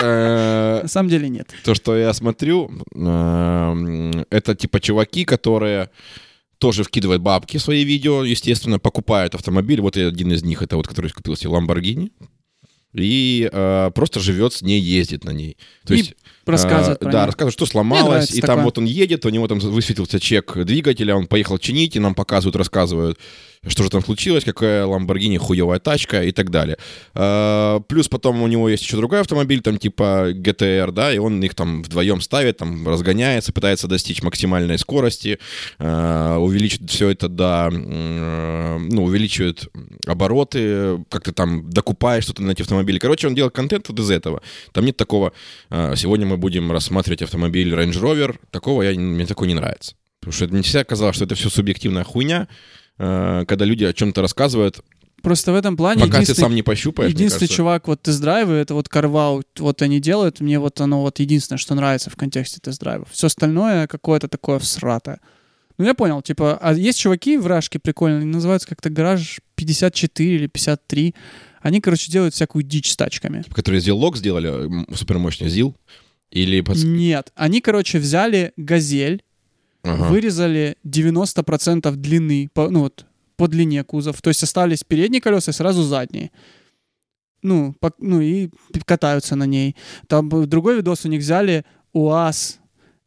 Э,
На самом деле нет.
То, что я смотрю, эм, это типа чуваки, которые тоже вкидывают бабки в свои видео, естественно, покупают автомобиль. Вот и один из них, это вот, который купил себе Ламборгини. И э, просто живет с ней, ездит на ней. То
И
есть
Рассказывать
А,
про
Да,
него.
рассказывает, что
Мне
сломалось,
нравится
и
такое.
там вот он едет, у него там высветился чек двигателя, он поехал чинить, и нам показывают, рассказывают, что же там случилось, какая Ламборгини хуевая тачка и так далее. Э, Плюс потом у него есть еще другой автомобиль, там типа GTR, да, и он их там вдвоем ставит, там разгоняется, пытается достичь максимальной скорости, э, увеличит все это до, м, э, ну, увеличивает обороты, как ты там докупаешь что-то на эти автомобили. Короче, он делает контент вот из этого. Там нет такого, э, сегодня мы будем рассматривать автомобиль Range Rover, такого я, мне такой не нравится. Потому что это не всегда казалось, что это все субъективная хуйня, э, когда люди о чем-то рассказывают,
Просто в этом плане
пока ты
единственный-
сам не пощупаешь. мне
Единственный
кажется.
чувак, вот тест-драйвы, это вот Карвал, вот они делают, мне вот оно вот единственное, что нравится в контексте тест-драйвов. Все остальное какое-то такое всратое. Ну, я понял, типа, а есть чуваки в Рашке прикольные, они называются как-то гараж 54 или 53. Они, короче, делают всякую дичь с тачками.
которые Зиллок сделали, м, супермощный Зил, или пац-
Нет, они, короче, взяли газель,
Ага.
вырезали 90% длины, по, ну вот, по длине кузов. То есть остались передние колеса и сразу задние. Ну, пок- ну и п- катаются на ней. Там б- другой видос у них взяли УАЗ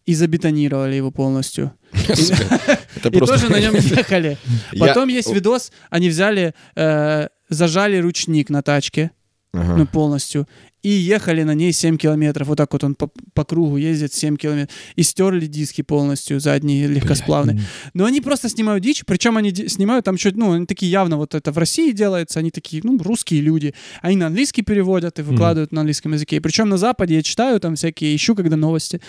и забетонировали его полностью.
Сука, Это
И
просто...
тоже на нем ехали.
Я-
Потом есть видос, они взяли, э, зажали ручник на тачке,
Ага.
ну, полностью, и ехали на ней 7 километров. Вот так вот он по, по кругу ездит 7 километров. И стерли диски полностью, задние легкосплавные.
ну.
Но они просто снимают дичь, причем они де- снимают там чуть, ну, они такие явно вот это в России делается, они такие, ну, русские люди. Они на английский переводят и выкладывают на английском языке. И Причем на Западе я читаю там всякие, ищу когда новости.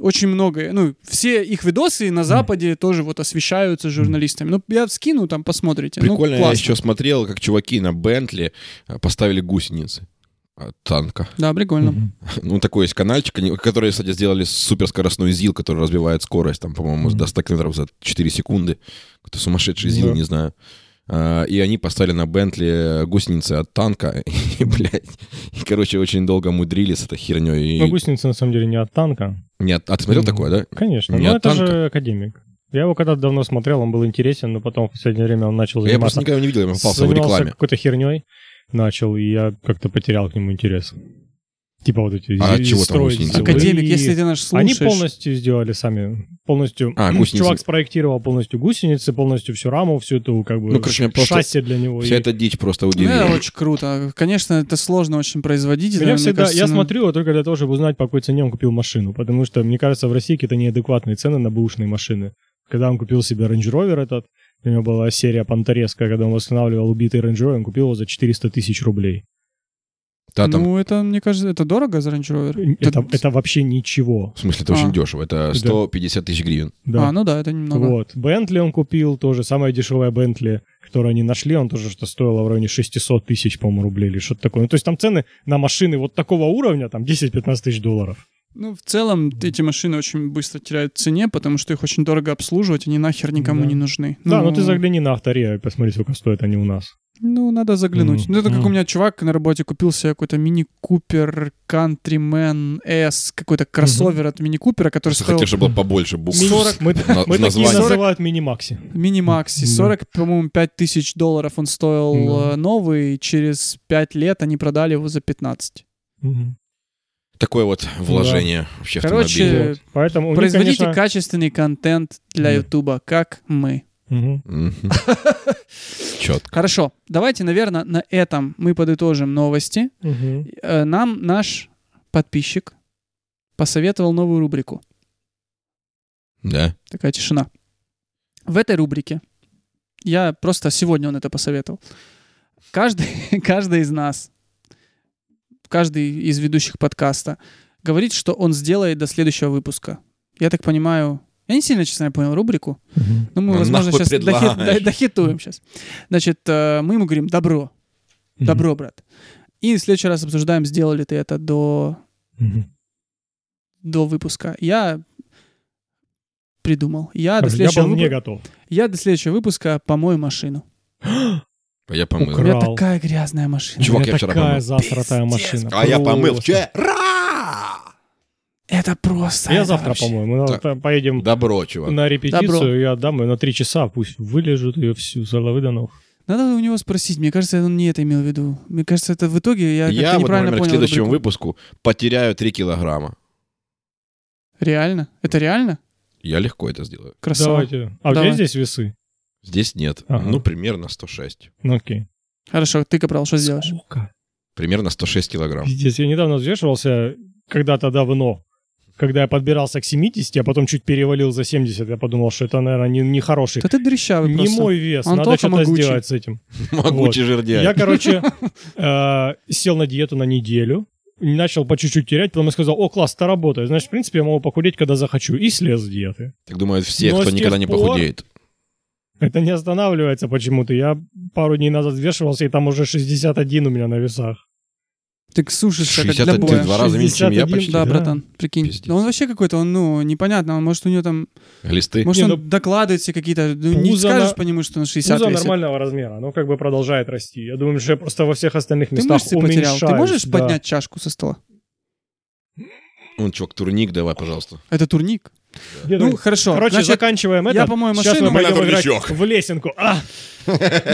Очень много, ну, все их видосы на Западе тоже вот освещаются журналистами. Ну, я скину, там посмотрите.
Прикольно,
ну,
я
классно.
еще смотрел, как чуваки на Бентли э, поставили гусеницы от танка.
Да, прикольно.
Ну, такой есть каналчик, они- который, кстати, сделали суперскоростной ЗИЛ, который развивает скорость, там, по-моему, до 100 километров за 4 секунды. Какой-то сумасшедший ЗИЛ,
Да.
не знаю. А, И они поставили на Бентли гусеницы от танка, и, блядь, и, короче, очень долго мудрили с этой херней.
Но
Ну,
И...
гусеницы, на самом деле, не от танка.
Нет, а ты смотрел такое, да?
Конечно,
Не
но
от
это
танка.
же академик. Я его когда-то давно смотрел, он был интересен, но потом в последнее время он начал
Я просто
заниматься,
никогда его не видел, я попался в
занимался
рекламе.
какой-то херней, начал, и я как-то потерял к нему интерес. Типа вот эти
А
зи-
чего там
строить
гусеницы?
зилы.
Академик,
И
если ты наш
Они
слушаешь...
полностью сделали сами, полностью...
А, гусеницы.
Чувак спроектировал полностью гусеницы, полностью всю раму, всю эту как бы
Ну, короче, меня просто
шасси для него.
Вся
И
эта дичь просто
Ну,
удивила.
это очень круто. Конечно, это сложно очень производить.
Меня
да, мне
всегда,
кажется,
я
ну,
смотрю его только для того, чтобы узнать, по какой цене он купил машину. Потому что, мне кажется, в России какие-то неадекватные цены на бэушные машины. Когда он купил себе Range Rover этот, у него была серия Панторезка, когда он восстанавливал убитый Range Rover, он купил его за 400 тысяч рублей.
Да, там,
Ну, это, мне кажется, это дорого за Range Rover?
Э, Это,
Да-
это вообще ничего.
в смысле, это
А.
очень дешево. Это 150 тысяч гривен.
Да.
А, ну да, это немного.
вот. Бентли он купил тоже, самая дешевая Бентли, которую они нашли, он тоже что стоило в районе 600 тысяч, по-моему, рублей или что-то такое. Ну, то есть там цены на машины вот такого уровня, там 10-15 тысяч долларов.
Ну, в целом, эти машины очень быстро теряют в цене, потому что их очень дорого обслуживать, они нахер никому
Да.
не нужны.
Да, ну ты загляни на авторе, и посмотри, сколько стоят они у нас.
Ну, надо заглянуть.
Мгм.
Ну, это как у
Мгм.
меня чувак на работе купил себе какой-то мини-купер, Countryman S, какой-то кроссовер от мини-купера, который
Просто
стоил
хотел, чтобы было побольше букв.
Мини- мы
на-
мы
в
такие
названии.
называют мини-макси.
мини-макси.
Да.
40, по-моему, 5 тысяч долларов он стоил
Да.
э, новый, и через 5 лет они продали его за 15.
Такое вот вложение вообще в
Короче,
автомобиль.
Э,
Вот. Поэтому у них,
Производите
конечно...
качественный контент для
Да.
Ютуба, как мы.
Мгм.
Мгм. Четко.
Хорошо, давайте, наверное, на этом мы подытожим новости.
Мгм.
Э, нам наш подписчик посоветовал новую рубрику.
Да.
Такая тишина. В этой рубрике я просто сегодня он это посоветовал. Каждый, каждый из нас, каждый из ведущих подкаста говорит, что он сделает до следующего выпуска. Я так понимаю, я не сильно, честно, я понял рубрику, но мы,
Ну,
возможно,
нахуй
сейчас дохи-
предлагаешь.
до- дохитуем сейчас. Значит, э, мы ему говорим «добро», «добро, брат». И в следующий раз обсуждаем, сделал ли ты это до
Мгм.
до выпуска. Я придумал. Я, до,
Хорошо, Я
следующего
был не
выпу-
готов.
я до следующего выпуска помою машину.
А Я помыл.
У
Украл.
меня такая грязная машина.
Чувак,
У меня
я вчера
такая
помыл.
засратая
Пиздец,
машина.
А я помыл.
Просто.
Вчера!
Это просто.
Я
это
завтра
вообще.
помою. Мы
Так.
та- поедем
Добро, чувак.
на репетицию,
Добро.
я дам ее на три часа, пусть вылежит ее всю с головы до ног.
Надо у него спросить. Мне кажется, он не это имел в виду. Мне кажется, это в итоге я, как-то
Я, вот,
неправильно
например, к
понял.
следующему
рубрику.
выпуску потеряю 3 килограмма.
Реально? Это реально?
Я легко это сделаю.
Красава.
Давайте. А у
Давай.
тебя здесь весы?
Здесь нет.
Ага.
Ну, примерно 106.
Ну окей.
Хорошо, ты, Капрал, что сделаешь?
Сколько?
Примерно 106 килограмм.
Пиздец, я недавно взвешивался, когда-то давно, когда я подбирался к 70, а потом чуть перевалил за 70, я подумал, что это, наверное, не, не хороший,
Да ты дрищавый
не
просто.
мой вес,
Он
надо
только
что-то
могучий.
сделать с этим.
Могучий жердяй.
Я, короче, э, сел на диету на неделю, начал по чуть-чуть терять, потом я сказал, о, класс, это работает, значит, в принципе, я могу похудеть, когда захочу, и слез с диеты.
Так думают все,
Но
кто
с тех
никогда не
пор-
похудеет.
Это не останавливается почему-то. Я пару дней назад взвешивался, и там уже 61 у меня на весах. Ну,
Ты сушишься как
60
для
это ты в
боя.
два раза меньше, чем я
61,
почти.
Да,
Да.
братан, прикинь.
Пиздец.
Да он вообще какой-то, он, ну, непонятно, он, может, у него там,
Глисты.
может,
Не, ну,
он докладывает все какие-то, ну, не
Пузо на-
скажешь по нему, что он 60
Пузо
весит.
нормального размера, оно как бы продолжает расти. Я думаю, что я просто во всех остальных
Ты
местах
мышцы
уменьшаюсь.
потерял. Ты можешь
да.
поднять чашку со стола?
Он, чувак, турник давай, пожалуйста.
Это турник.
Где-то-
Ну, хорошо.
Короче,
Значит,
заканчиваем
я
это.
помою
Сейчас мы
машину.
пойдем
Мой
играть
турничок.
в лесенку. А,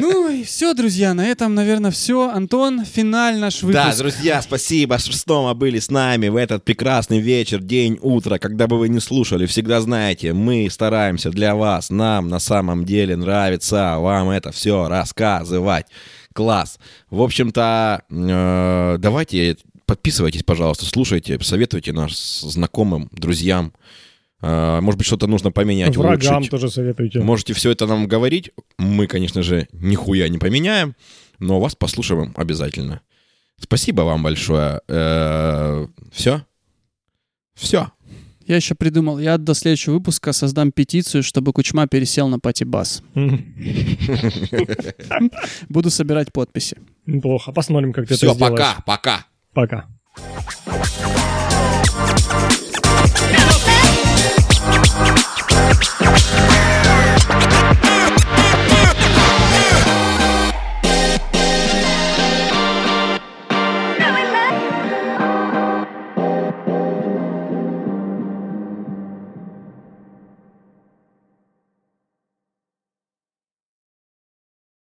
Ну и все, друзья, на этом, наверное, все. Антон, финаль наш
Да,
выпуск.
друзья, спасибо, что снова были с нами в этот прекрасный вечер, день, утро. Когда бы вы не слушали, всегда знаете, мы стараемся для вас, нам на самом деле нравится вам это все рассказывать. Класс. В общем-то, э, давайте, подписывайтесь, пожалуйста, слушайте, советуйте нас знакомым, друзьям. Э, Может быть, что-то нужно поменять,
врагам
улучшить.
тоже советуйте.
Можете все это нам говорить. Мы, конечно же, нихуя не поменяем, но вас послушаем обязательно. Спасибо вам большое. Э, Все? Все.
Я еще придумал. Я до следующего выпуска создам петицию, чтобы Кучма пересел на пати-бас.
М,
Буду собирать подписи.
Неплохо. Посмотрим, как ты
Все,
это сделаешь.
пока, пока.
Пока.
Hello,